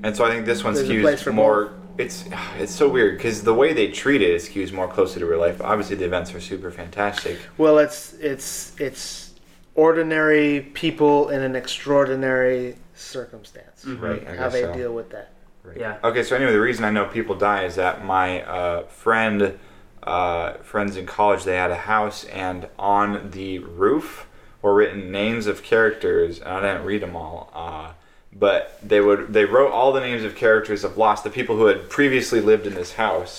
Speaker 3: And so I think this one
Speaker 1: There's a place for
Speaker 3: skews more it's it's so weird cuz the way they treat it skews more closely to real life. Obviously the events are super fantastic.
Speaker 1: Well, it's it's it's ordinary people in an extraordinary circumstance.
Speaker 2: Mhm.
Speaker 3: Right. I
Speaker 1: How
Speaker 3: guess
Speaker 1: they
Speaker 3: so.
Speaker 1: deal with that.
Speaker 2: Yeah.
Speaker 3: Okay, so anyway, the reason I know people die is that my uh, friend, uh, friends in college, they had a house, and on the roof were written names of characters, and I didn't read them all, uh, but they would they wrote all the names of characters of Lost, the people who had previously lived in this house,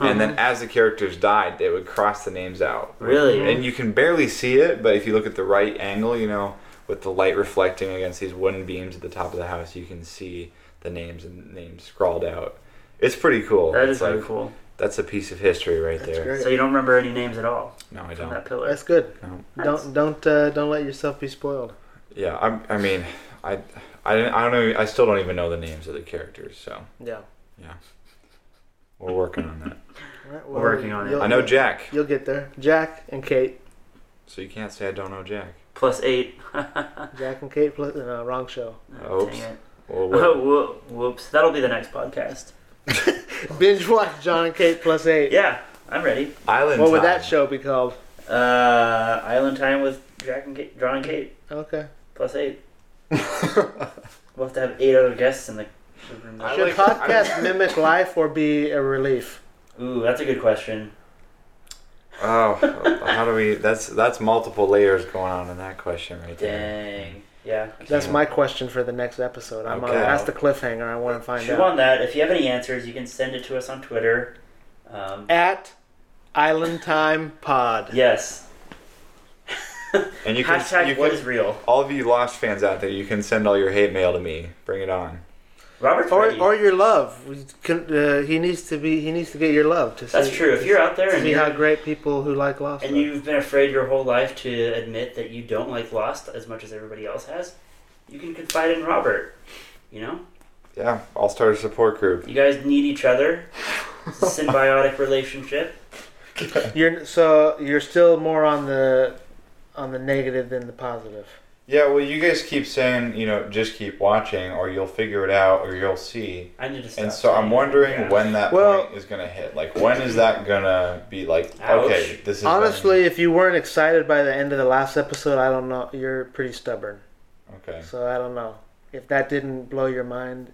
Speaker 3: and then as the characters died, they would cross the names out.
Speaker 2: Really?
Speaker 3: And you can barely see it, but if you look at the right angle, you know, with the light reflecting against these wooden beams at the top of the house, you can see the names and names scrawled out. It's pretty cool.
Speaker 2: That
Speaker 3: It's
Speaker 2: is really
Speaker 3: like-
Speaker 2: cool.
Speaker 3: That's a piece of history right
Speaker 1: That's
Speaker 3: there.
Speaker 1: great.
Speaker 2: So you don't remember any names at all
Speaker 3: No, I
Speaker 2: from
Speaker 3: don't.
Speaker 2: that pillar.
Speaker 1: That's good.
Speaker 3: No.
Speaker 1: Don't don't uh, don't let yourself be spoiled.
Speaker 3: Yeah, I'm, I mean, I, I, didn't- I don't know. I still don't even know the names of the characters. So
Speaker 1: Yeah.
Speaker 3: we're working on that.
Speaker 1: All right,
Speaker 2: We're working on it.
Speaker 1: you'll-
Speaker 3: I know Jack,
Speaker 1: You'll get there. Jack and Kate.
Speaker 3: so you can't say I don't know Jack.
Speaker 2: Plus eight.
Speaker 1: Jack and Kate. Plus, no, wrong show.
Speaker 2: Oh,
Speaker 3: Oops.
Speaker 2: Dang it.
Speaker 3: Well, we're-
Speaker 2: Oh, whoa, whoops. That'll be the next podcast.
Speaker 1: Binge watch John and Kate plus eight.
Speaker 2: Yeah, I'm ready.
Speaker 3: Island.
Speaker 1: What would
Speaker 3: Time.
Speaker 1: that show be called?
Speaker 2: Uh, Island Time with Jack and Kate, John and Kate.
Speaker 1: Okay.
Speaker 2: Plus eight. we'll have to have eight other guests in the, the room.
Speaker 3: I
Speaker 1: Should
Speaker 3: like-
Speaker 1: podcast mimic life or be a relief?
Speaker 2: Ooh, that's a good question.
Speaker 3: Oh, how do we? That's that's multiple layers going on in that question right there.
Speaker 2: Dang. Yeah.
Speaker 1: That's
Speaker 3: Yeah.
Speaker 1: my question for the next episode. I'm on,
Speaker 3: Okay.
Speaker 1: that's the cliffhanger. I want to find
Speaker 2: Chew
Speaker 1: out.
Speaker 2: on that. If you have any answers, you can send it to us on Twitter. Um,
Speaker 1: At Island Time Pod.
Speaker 2: yes.
Speaker 3: And you can,
Speaker 2: Hashtag
Speaker 3: you
Speaker 2: what
Speaker 3: can-
Speaker 2: is real.
Speaker 3: all of you Lost fans out there, you can send all your hate mail to me. Bring it on.
Speaker 2: Robert's
Speaker 1: Or,
Speaker 2: ready.
Speaker 1: or your love. We can- uh, he needs to be. He needs to get your love to
Speaker 2: That's
Speaker 1: see-
Speaker 2: true. If you're out there
Speaker 1: to
Speaker 2: and,
Speaker 1: see how
Speaker 2: you're,
Speaker 1: great people who like Lost.
Speaker 2: and
Speaker 1: are.
Speaker 2: you've been afraid your whole life to admit that you don't like Lost as much as everybody else has, you can confide in Robert. You know?
Speaker 3: Yeah, I'll start a support group.
Speaker 2: You guys need each other. It's a symbiotic relationship.
Speaker 1: You're so you're still more on the on the negative than the positive.
Speaker 3: Yeah, well, you guys keep saying, you know, just keep watching, or you'll figure it out, or you'll see.
Speaker 2: I need to stop
Speaker 3: And so I'm
Speaker 2: saying
Speaker 3: wondering
Speaker 2: that.
Speaker 3: when that
Speaker 1: Well-
Speaker 3: point is gonna hit. Like, when is that gonna be? Like,
Speaker 2: Ouch.
Speaker 3: okay, this is
Speaker 1: Honestly, if you weren't excited by the end of the last episode, I don't know. You're pretty stubborn,
Speaker 3: Okay.
Speaker 1: so I don't know if that didn't blow your mind.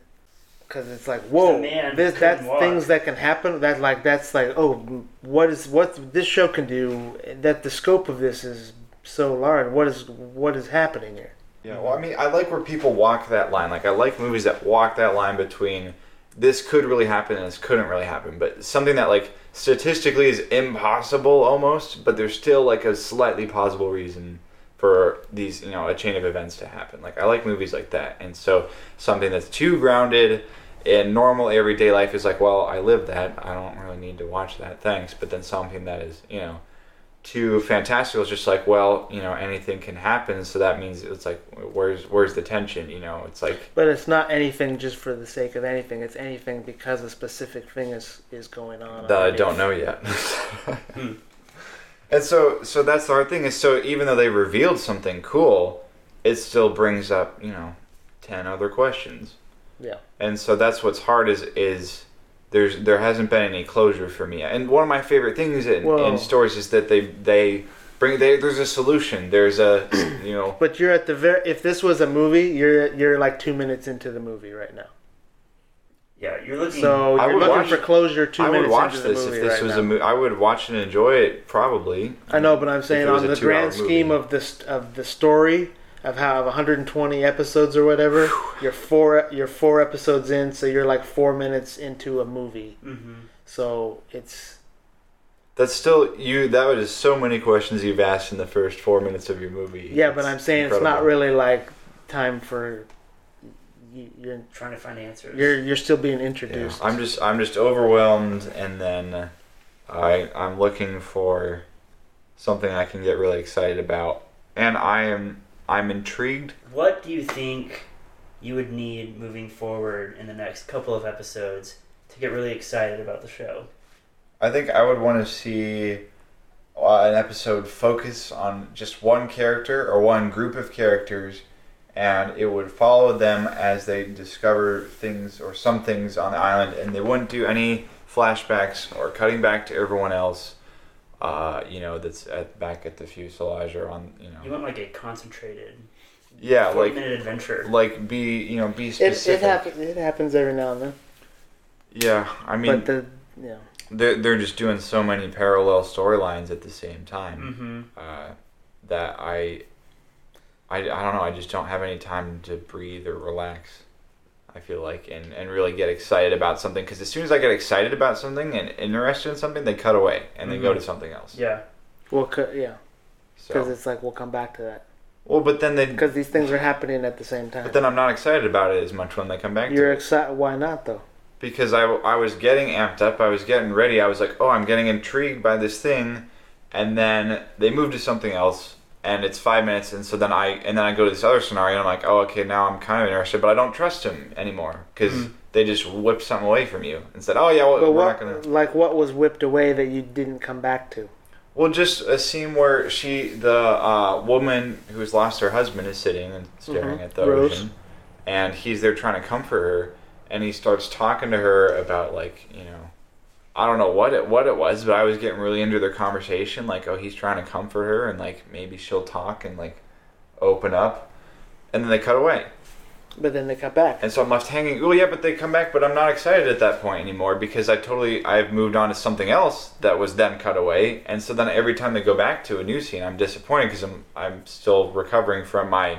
Speaker 1: Because it's like,
Speaker 2: The
Speaker 1: whoa,
Speaker 2: man
Speaker 1: this
Speaker 2: couldn't
Speaker 1: that's
Speaker 2: walk.
Speaker 1: things that can happen. That like that's like, oh, what is what this show can do? That the scope of this is so large. What is what is happening here?
Speaker 3: Yeah, well, I mean, I like where people walk that line. Like, I like movies that walk that line between this could really happen and this couldn't really happen, but something that, like, statistically is impossible almost, but there's still, like, a slightly plausible reason for these, you know, a chain of events to happen. Like, I like movies like that. And so, something that's too grounded in normal everyday life is like, well, I live that. I don't really need to watch that. Thanks. But then something that is, you know, to Fantastic was just like, well, you know, anything can happen, so that means it's like, where's where's the tension? You know, it's like
Speaker 1: But it's not anything just for the sake of anything. It's anything because a specific thing is is going on.
Speaker 3: that I
Speaker 1: already.
Speaker 3: don't know yet.
Speaker 1: Hmm.
Speaker 3: and so, so that's the hard thing is so even though they revealed something cool, it still brings up you know ten other questions,
Speaker 1: Yeah.
Speaker 3: and so that's what's hard is is there's there hasn't been any closure for me. And one of my favorite things in,
Speaker 1: Whoa.
Speaker 3: in stories is that they they bring they, there's a solution. There's a you know
Speaker 1: But you're at the very. If this was a movie, you're you're like two minutes into the movie right now.
Speaker 2: Yeah, you're looking.
Speaker 1: So
Speaker 3: I
Speaker 1: you're
Speaker 3: would
Speaker 1: looking
Speaker 3: watch-
Speaker 1: for closure two
Speaker 3: I would
Speaker 1: minutes
Speaker 3: watch
Speaker 1: into the
Speaker 3: this
Speaker 1: movie
Speaker 3: if this
Speaker 1: right
Speaker 3: was
Speaker 1: now.
Speaker 3: a movie. I would watch and enjoy it probably.
Speaker 1: I know, but I'm saying
Speaker 3: it was
Speaker 1: on
Speaker 3: a
Speaker 1: the
Speaker 3: two-hour
Speaker 1: grand scheme
Speaker 3: movie.
Speaker 1: of this of the story of how of 120 episodes or whatever, you're four you're four episodes in, so you're like four minutes into a movie.
Speaker 2: hmm
Speaker 1: So it's
Speaker 3: That's still you. That was so many questions you've asked in the first four minutes of your movie.
Speaker 1: yeah, but
Speaker 3: It's
Speaker 1: I'm saying it's not
Speaker 3: incredible.
Speaker 1: really like time for you, you're
Speaker 2: Trying to find answers.
Speaker 1: you're you're still being
Speaker 3: Yeah.
Speaker 1: introduced.
Speaker 3: I'm just I'm just overwhelmed, and then I I'm looking for something I can get really excited about, and I am I'm intrigued.
Speaker 2: What do you think you would need moving forward in the next couple of episodes to get really excited about the show?
Speaker 3: I think I would want to see uh, an episode focus on just one character or one group of characters, and it would follow them as they discover things or some things on the island, and they wouldn't do any flashbacks or cutting back to everyone else. Uh, you know, that's at, back at the fuselage or on you
Speaker 2: You
Speaker 3: know,
Speaker 2: want like a concentrated,
Speaker 3: yeah,
Speaker 2: forty
Speaker 3: like
Speaker 2: minute adventure.
Speaker 3: like be you know be
Speaker 1: It,
Speaker 3: specific.
Speaker 1: it happens. It happens every now and then.
Speaker 3: Yeah, I mean
Speaker 1: but the yeah,
Speaker 3: they're they're just doing so many parallel storylines at the same time.
Speaker 2: Mm-hmm.
Speaker 3: uh, that I, I, I don't know. I just don't have any time to breathe or relax. I feel like and and really get excited about something because as soon as I get excited about something and interested in something, they cut away and they go
Speaker 2: Mhm.
Speaker 3: to something else.
Speaker 2: Yeah.
Speaker 1: well, co- yeah, because
Speaker 3: So
Speaker 1: it's like we'll come back to that
Speaker 3: well, but then they
Speaker 1: because these things are happening at the same time.
Speaker 3: but then I'm not excited about it as much when they come back.
Speaker 1: You're
Speaker 3: to it.
Speaker 1: excited. Why not though?
Speaker 3: because I I was getting amped up. I was getting ready. I was like, oh, I'm getting intrigued by this thing, and then they move to something else. And it's five minutes, and so then I and then I go to this other scenario, and I'm like, oh, okay, now I'm kind of interested, but I don't trust him anymore because
Speaker 2: Mhm.
Speaker 3: they just whip something away from you and said, oh yeah, well,
Speaker 1: Hmm. But
Speaker 3: we're
Speaker 1: what,
Speaker 3: not gonna.
Speaker 1: like, what was whipped away that you didn't come back to?
Speaker 3: Well, just a scene where she, the uh, woman who's lost her husband, is sitting and staring
Speaker 1: Mhm.
Speaker 3: at the
Speaker 1: Rose.
Speaker 3: ocean, and he's there trying to comfort her, and he starts talking to her about like you know, I don't know what it what it was, but I was getting really into their conversation, like oh he's trying to comfort her, and like maybe she'll talk and like open up, and then they cut away,
Speaker 1: But then they cut back.
Speaker 3: and so I'm left hanging. Oh yeah, but they come back, but I'm not excited at that point anymore because I totally I've moved on to something else that was then cut away, and so then every time they go back to a new scene, I'm disappointed because I'm I'm still recovering from my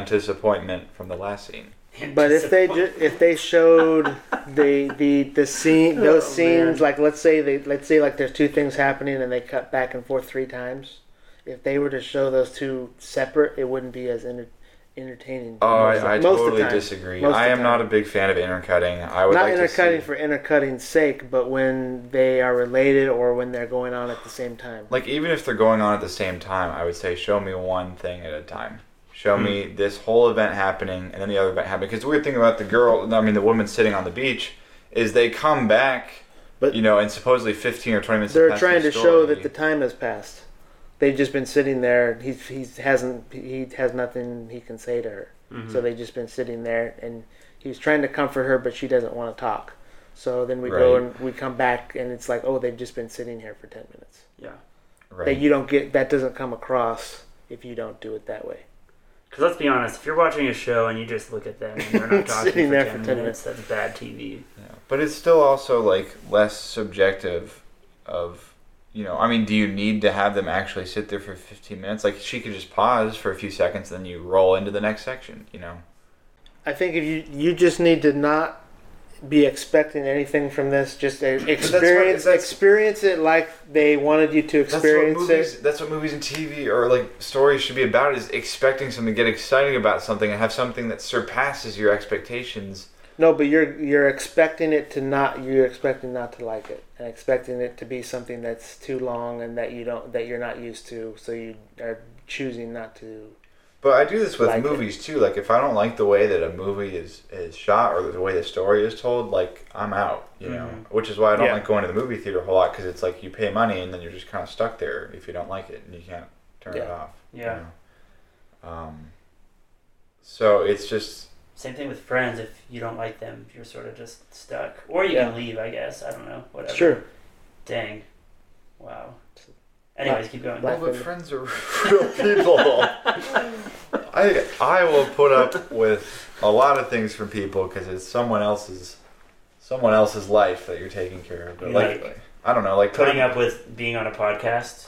Speaker 3: anticipant from the last scene.
Speaker 1: But if they ju- if they showed the the the scene those
Speaker 2: Oh,
Speaker 1: scenes
Speaker 2: man.
Speaker 1: like let's say they let's say like there's two things happening and they cut back and forth three times. If they were to show those two separate, it wouldn't be as enter- entertaining.
Speaker 3: Oh,
Speaker 1: most of-
Speaker 3: I, I
Speaker 1: most of the
Speaker 3: totally
Speaker 1: time.
Speaker 3: disagree.
Speaker 1: Most of the
Speaker 3: I am
Speaker 1: time.
Speaker 3: not a big fan of intercutting. I would
Speaker 1: Not
Speaker 3: like
Speaker 1: intercutting
Speaker 3: to see,
Speaker 1: for intercutting's sake, but when they are related or when they're going on at the same time.
Speaker 3: like even if they're going on at the same time, I would say show me one thing at a time. Show
Speaker 1: Hmm.
Speaker 3: me this whole event happening and then the other event happening. Because the weird thing about the girl, I mean the woman sitting on the beach, is they come back,
Speaker 1: But-
Speaker 3: you know, and supposedly fifteen or twenty minutes. have
Speaker 1: They're
Speaker 3: passed
Speaker 1: trying
Speaker 3: in the
Speaker 1: to show
Speaker 3: story.
Speaker 1: that the time has passed. They've just been sitting there. He's he's hasn't he has nothing he can say to her.
Speaker 2: Mm-hmm.
Speaker 3: Mm-hmm.
Speaker 1: So they've just been sitting there, and he's trying to comfort her, but she doesn't want to talk. So then we go
Speaker 3: Right.
Speaker 1: and we come back, and it's like, oh, they've just been sitting here for ten minutes.
Speaker 2: yeah,
Speaker 3: right.
Speaker 1: That you don't get. That doesn't come across if you don't do it that way.
Speaker 2: because let's be honest, if you're watching a show and you just look at them and they're not talking
Speaker 1: Sitting
Speaker 2: for,
Speaker 1: there
Speaker 2: 10
Speaker 1: for 10
Speaker 2: minutes, that's bad TV.
Speaker 3: Yeah. But it's still also like less subjective of you know, I mean, do you need to have them actually sit there for 15 minutes? Like, she could just pause for a few seconds, then you roll into the next section, you know?
Speaker 1: I think if you you just need to not be expecting anything from this, just uh, experience
Speaker 3: that's-
Speaker 1: experience it like they wanted you to experience
Speaker 3: that's what
Speaker 1: it.
Speaker 3: movies, That's what movies and TV or like stories should be about: is expecting something, get excited about something, and have something that surpasses your expectations.
Speaker 1: No, but you're you're expecting it to not you're expecting not to like it and expecting it to be something that's too long and that you don't that you're not used to, so you are choosing not to.
Speaker 3: But I do this with
Speaker 1: Like it.
Speaker 3: movies too. Like if I don't like the way that a movie is is shot or the way the story is told, like I'm out. You know,
Speaker 1: Mm-hmm.
Speaker 3: which is why I don't
Speaker 2: Yeah.
Speaker 3: like going to the movie theater a whole lot because it's like you pay money and then you're just kind of stuck there if you don't like it and you can't turn it
Speaker 1: Yeah.
Speaker 3: off. you
Speaker 2: Yeah.
Speaker 3: know? Um. So it's just
Speaker 2: Same thing with friends. If you don't like them, you're sort of just stuck, or you
Speaker 1: Yeah.
Speaker 2: can leave. I guess I don't know. Whatever.
Speaker 1: Sure,
Speaker 2: Dang. Wow. Anyways, keep going.
Speaker 1: Black
Speaker 3: Well, but
Speaker 1: Widow.
Speaker 3: friends are real people. I I will put up with a lot of things from people because it's someone else's someone else's life that you're taking care of. But like,
Speaker 2: Like-
Speaker 3: I don't know, like
Speaker 2: Putting up with being on a podcast.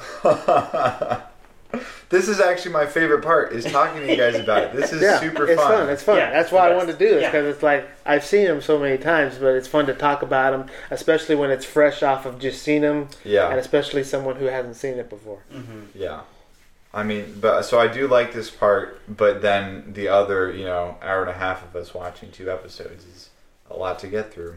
Speaker 3: this is actually my favorite part is talking to you guys about it. This is
Speaker 1: yeah,
Speaker 3: super
Speaker 1: it's
Speaker 3: fun.
Speaker 1: fun. It's fun.
Speaker 2: Yeah,
Speaker 1: That's why I
Speaker 2: the
Speaker 1: wanted to
Speaker 2: best.
Speaker 1: do this
Speaker 2: Yeah.
Speaker 1: because it's like I've seen them so many times, but it's fun to talk about them, especially when it's fresh off of just seeing them, and
Speaker 3: yeah,
Speaker 1: especially someone who hasn't seen it before.
Speaker 2: Mm-hmm.
Speaker 3: yeah. I mean, but so I do like this part, but then the other, you know, hour and a half of us watching two episodes is a lot to get through.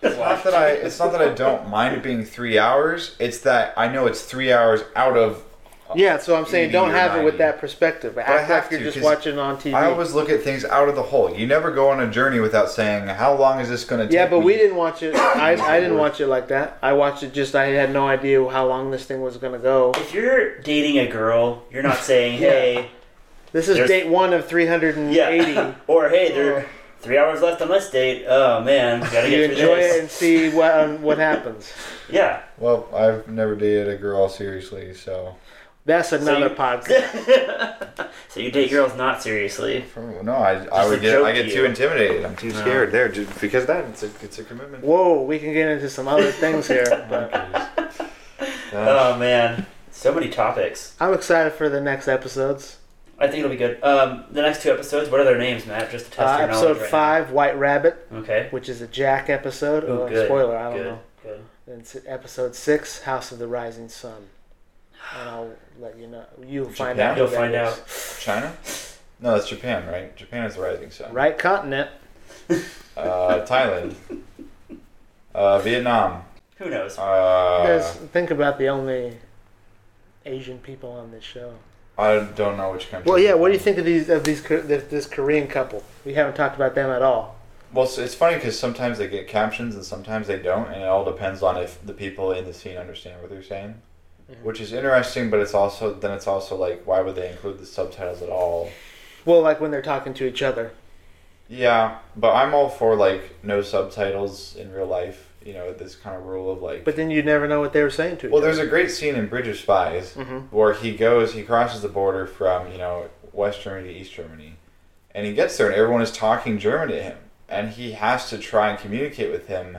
Speaker 3: It's not that I. It's not that I don't mind it being three hours. It's that I know it's three hours out of.
Speaker 1: Yeah, so I'm saying
Speaker 3: 80
Speaker 1: don't
Speaker 3: or
Speaker 1: have it with
Speaker 3: 90.
Speaker 1: that perspective. But act
Speaker 3: I
Speaker 1: like
Speaker 3: have
Speaker 1: you're
Speaker 3: to,
Speaker 1: just
Speaker 3: 'cause
Speaker 1: watching on TV.
Speaker 3: I always look at things out of the whole. You never go on a journey without saying, "How long is this going to take?"
Speaker 1: yeah, but
Speaker 3: me?"
Speaker 1: we didn't watch it. I, I didn't watch it like that. I watched it just. I had no idea how long this thing was gonna go.
Speaker 2: If you're dating a girl, you're not saying, "Hey,
Speaker 1: This is
Speaker 2: There's-
Speaker 1: date one of 380.
Speaker 2: yeah," or "Hey, there are three hours left on this date." Oh man, gotta
Speaker 1: You
Speaker 2: get through
Speaker 1: enjoy
Speaker 2: this.
Speaker 1: it and see what um, what happens.
Speaker 2: Yeah.
Speaker 3: Well, I've never dated a girl seriously, so
Speaker 1: That's another
Speaker 2: you-
Speaker 1: podcast.
Speaker 2: so you date girls not seriously.
Speaker 3: from, no, I, I would
Speaker 2: a
Speaker 3: get
Speaker 2: joke
Speaker 3: I
Speaker 2: to
Speaker 3: get
Speaker 2: you.
Speaker 3: too intimidated. I'm too
Speaker 2: No.
Speaker 3: scared there just because that it's a it's a commitment.
Speaker 1: Whoa, we can get into some other things here, but
Speaker 3: Monkeys. Gosh.
Speaker 2: Oh man, so many topics.
Speaker 1: I'm excited for the next episodes.
Speaker 2: I think it'll be good. Um, the next two episodes. What are their names, Matt? Just to test
Speaker 1: Uh,
Speaker 2: your knowledge.
Speaker 1: episode
Speaker 2: right
Speaker 1: five, White Rabbit,
Speaker 2: now. Okay.
Speaker 1: which is a Jack episode.
Speaker 2: Ooh,
Speaker 1: Oh,
Speaker 2: good.
Speaker 1: spoiler, I don't
Speaker 2: Good.
Speaker 1: know.
Speaker 2: Good.
Speaker 1: And it's episode six, House of the Rising Sun. And I'll let you know. You'll find
Speaker 3: Japan?
Speaker 1: out.
Speaker 2: You'll
Speaker 1: who that
Speaker 2: find
Speaker 1: is.
Speaker 3: China? No, that's Japan, right? Japan is the rising sun.
Speaker 1: Right continent.
Speaker 3: Uh, Thailand. Uh, Vietnam.
Speaker 2: Who knows?
Speaker 1: There's,
Speaker 3: Uh,
Speaker 1: think about the only Asian people on this show.
Speaker 3: I don't know which country.
Speaker 1: Well, yeah. What do you
Speaker 3: think?
Speaker 1: think of these of these Kor- this this Korean couple? We haven't talked about them at all.
Speaker 3: Well, it's, it's funny because sometimes they get captions and sometimes they don't, and it all depends on if the people in the scene understand what they're saying,
Speaker 1: Mhm.
Speaker 3: which is interesting. But it's also then it's also like why would they include the subtitles at all?
Speaker 1: Well, like when they're talking to each other.
Speaker 3: Yeah, but I'm all for like no subtitles in real life. You know, this kind of rule of like.
Speaker 1: But then you never know what they were saying to each
Speaker 3: well, there's a great scene in Bridge of Spies
Speaker 1: other. hmm
Speaker 3: where he goes, he crosses the border from you know West Germany to East Germany, and he gets there, and everyone is talking German to him, and he has to try and communicate with him,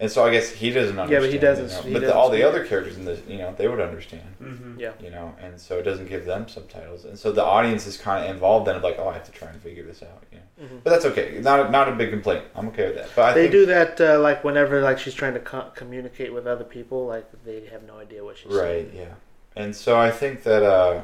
Speaker 3: and so I guess he doesn't
Speaker 1: but he
Speaker 3: understand.
Speaker 1: doesn't-
Speaker 3: you know,
Speaker 1: he
Speaker 3: but the,
Speaker 1: doesn't
Speaker 3: all the
Speaker 1: speak.
Speaker 3: other characters in the you know they would understand,
Speaker 2: Mm-hmm.
Speaker 3: you know, and so it doesn't give them subtitles, and so the audience is kind of involved then of like, oh, I have to try and figure this out, you know.
Speaker 1: Mhm.
Speaker 3: But that's okay. Not not a big complaint. I'm okay with that. But I
Speaker 1: They
Speaker 3: think,
Speaker 1: do that uh, like whenever like she's trying to co- communicate with other people, like they have no idea what she's saying.
Speaker 3: Right, yeah. And so I think that uh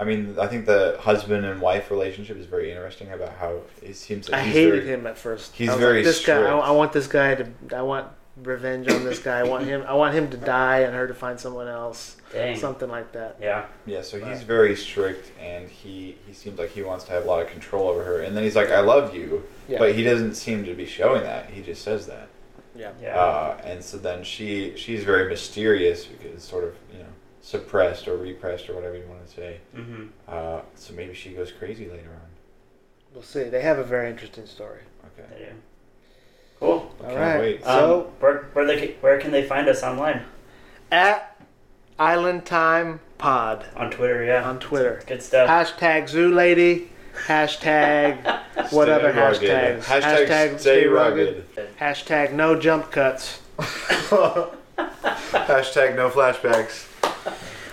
Speaker 3: I mean I think the husband and wife relationship is very interesting about how it seems that
Speaker 1: I
Speaker 3: he's
Speaker 1: hated
Speaker 3: very,
Speaker 1: him at first.
Speaker 3: he's
Speaker 1: I was
Speaker 3: very
Speaker 1: like, this guy. I,
Speaker 3: strict.
Speaker 1: I want this guy to. I want revenge on this guy. I want him. I want him to die and her to find someone else.
Speaker 2: Dang.
Speaker 1: Something like that.
Speaker 2: yeah.
Speaker 3: Yeah, so he's very strict and he he seems like he wants to have a lot of control over her and then he's like I love you,
Speaker 1: Yeah.
Speaker 3: but he doesn't seem to be showing that. He just says that.
Speaker 1: yeah.
Speaker 2: Yeah.
Speaker 3: Uh and so then she she's very mysterious because sort of, you know, suppressed or repressed or whatever you want to say.
Speaker 2: mm-hmm.
Speaker 3: Uh so maybe she goes crazy later on.
Speaker 1: We'll see. They have a very interesting story.
Speaker 3: Okay.
Speaker 2: They do. Cool.
Speaker 3: I
Speaker 1: All
Speaker 3: can't
Speaker 1: right.
Speaker 3: wait.
Speaker 2: Um,
Speaker 1: So-
Speaker 2: where where they where can they find us online?
Speaker 1: At Island Time Pod
Speaker 2: On Twitter, yeah.
Speaker 1: on Twitter.
Speaker 2: Good stuff.
Speaker 1: Hashtag Zoo Lady. Hashtag what
Speaker 3: Stay
Speaker 1: other
Speaker 3: rugged.
Speaker 1: hashtags?
Speaker 3: Hashtag,
Speaker 1: Hashtag
Speaker 3: stay
Speaker 1: stay
Speaker 3: rugged.
Speaker 1: Hashtag No Jump Cuts.
Speaker 3: Hashtag no flashbacks.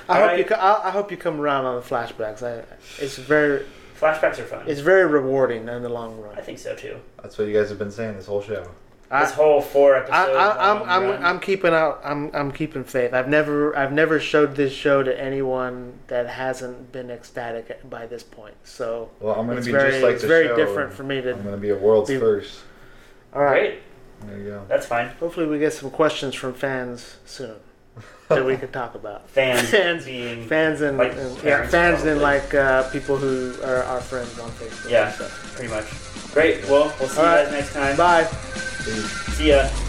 Speaker 1: I
Speaker 2: All
Speaker 1: hope
Speaker 2: right.
Speaker 1: you. co- I, I hope you come around on the flashbacks. I, it's very.
Speaker 2: Flashbacks are fun.
Speaker 1: It's very rewarding in the long
Speaker 2: I
Speaker 1: run.
Speaker 2: think so too.
Speaker 3: That's what you guys have been saying this whole show.
Speaker 2: This
Speaker 1: I,
Speaker 2: whole four episode.
Speaker 1: I, I, I'm,
Speaker 2: long
Speaker 1: I'm,
Speaker 2: run.
Speaker 1: I'm keeping out. I'm, I'm keeping faith. I've never, I've never showed this show to anyone that hasn't been ecstatic by this point. So
Speaker 3: Well, I'm gonna
Speaker 1: it's
Speaker 3: be
Speaker 1: very,
Speaker 3: just like
Speaker 1: it's
Speaker 3: the
Speaker 1: very
Speaker 3: show.
Speaker 1: different for me
Speaker 3: I'm
Speaker 1: to
Speaker 3: gonna be a world's
Speaker 1: be-
Speaker 3: first.
Speaker 1: All right.
Speaker 2: Great.
Speaker 3: There you go.
Speaker 2: That's fine.
Speaker 1: Hopefully, we get some questions from fans soon that we can talk about.
Speaker 2: Fans,
Speaker 1: Fans.
Speaker 2: being.
Speaker 1: Fans and,
Speaker 2: Like
Speaker 1: and- yeah,
Speaker 2: parents,
Speaker 1: fans and
Speaker 2: probably.
Speaker 1: like uh, people who are our friends on Facebook.
Speaker 2: Yeah,
Speaker 1: So,
Speaker 2: pretty much. Great. Well, we'll see
Speaker 1: All
Speaker 2: you
Speaker 1: right.
Speaker 2: guys next time.
Speaker 1: Bye.
Speaker 3: Peace.
Speaker 2: See ya.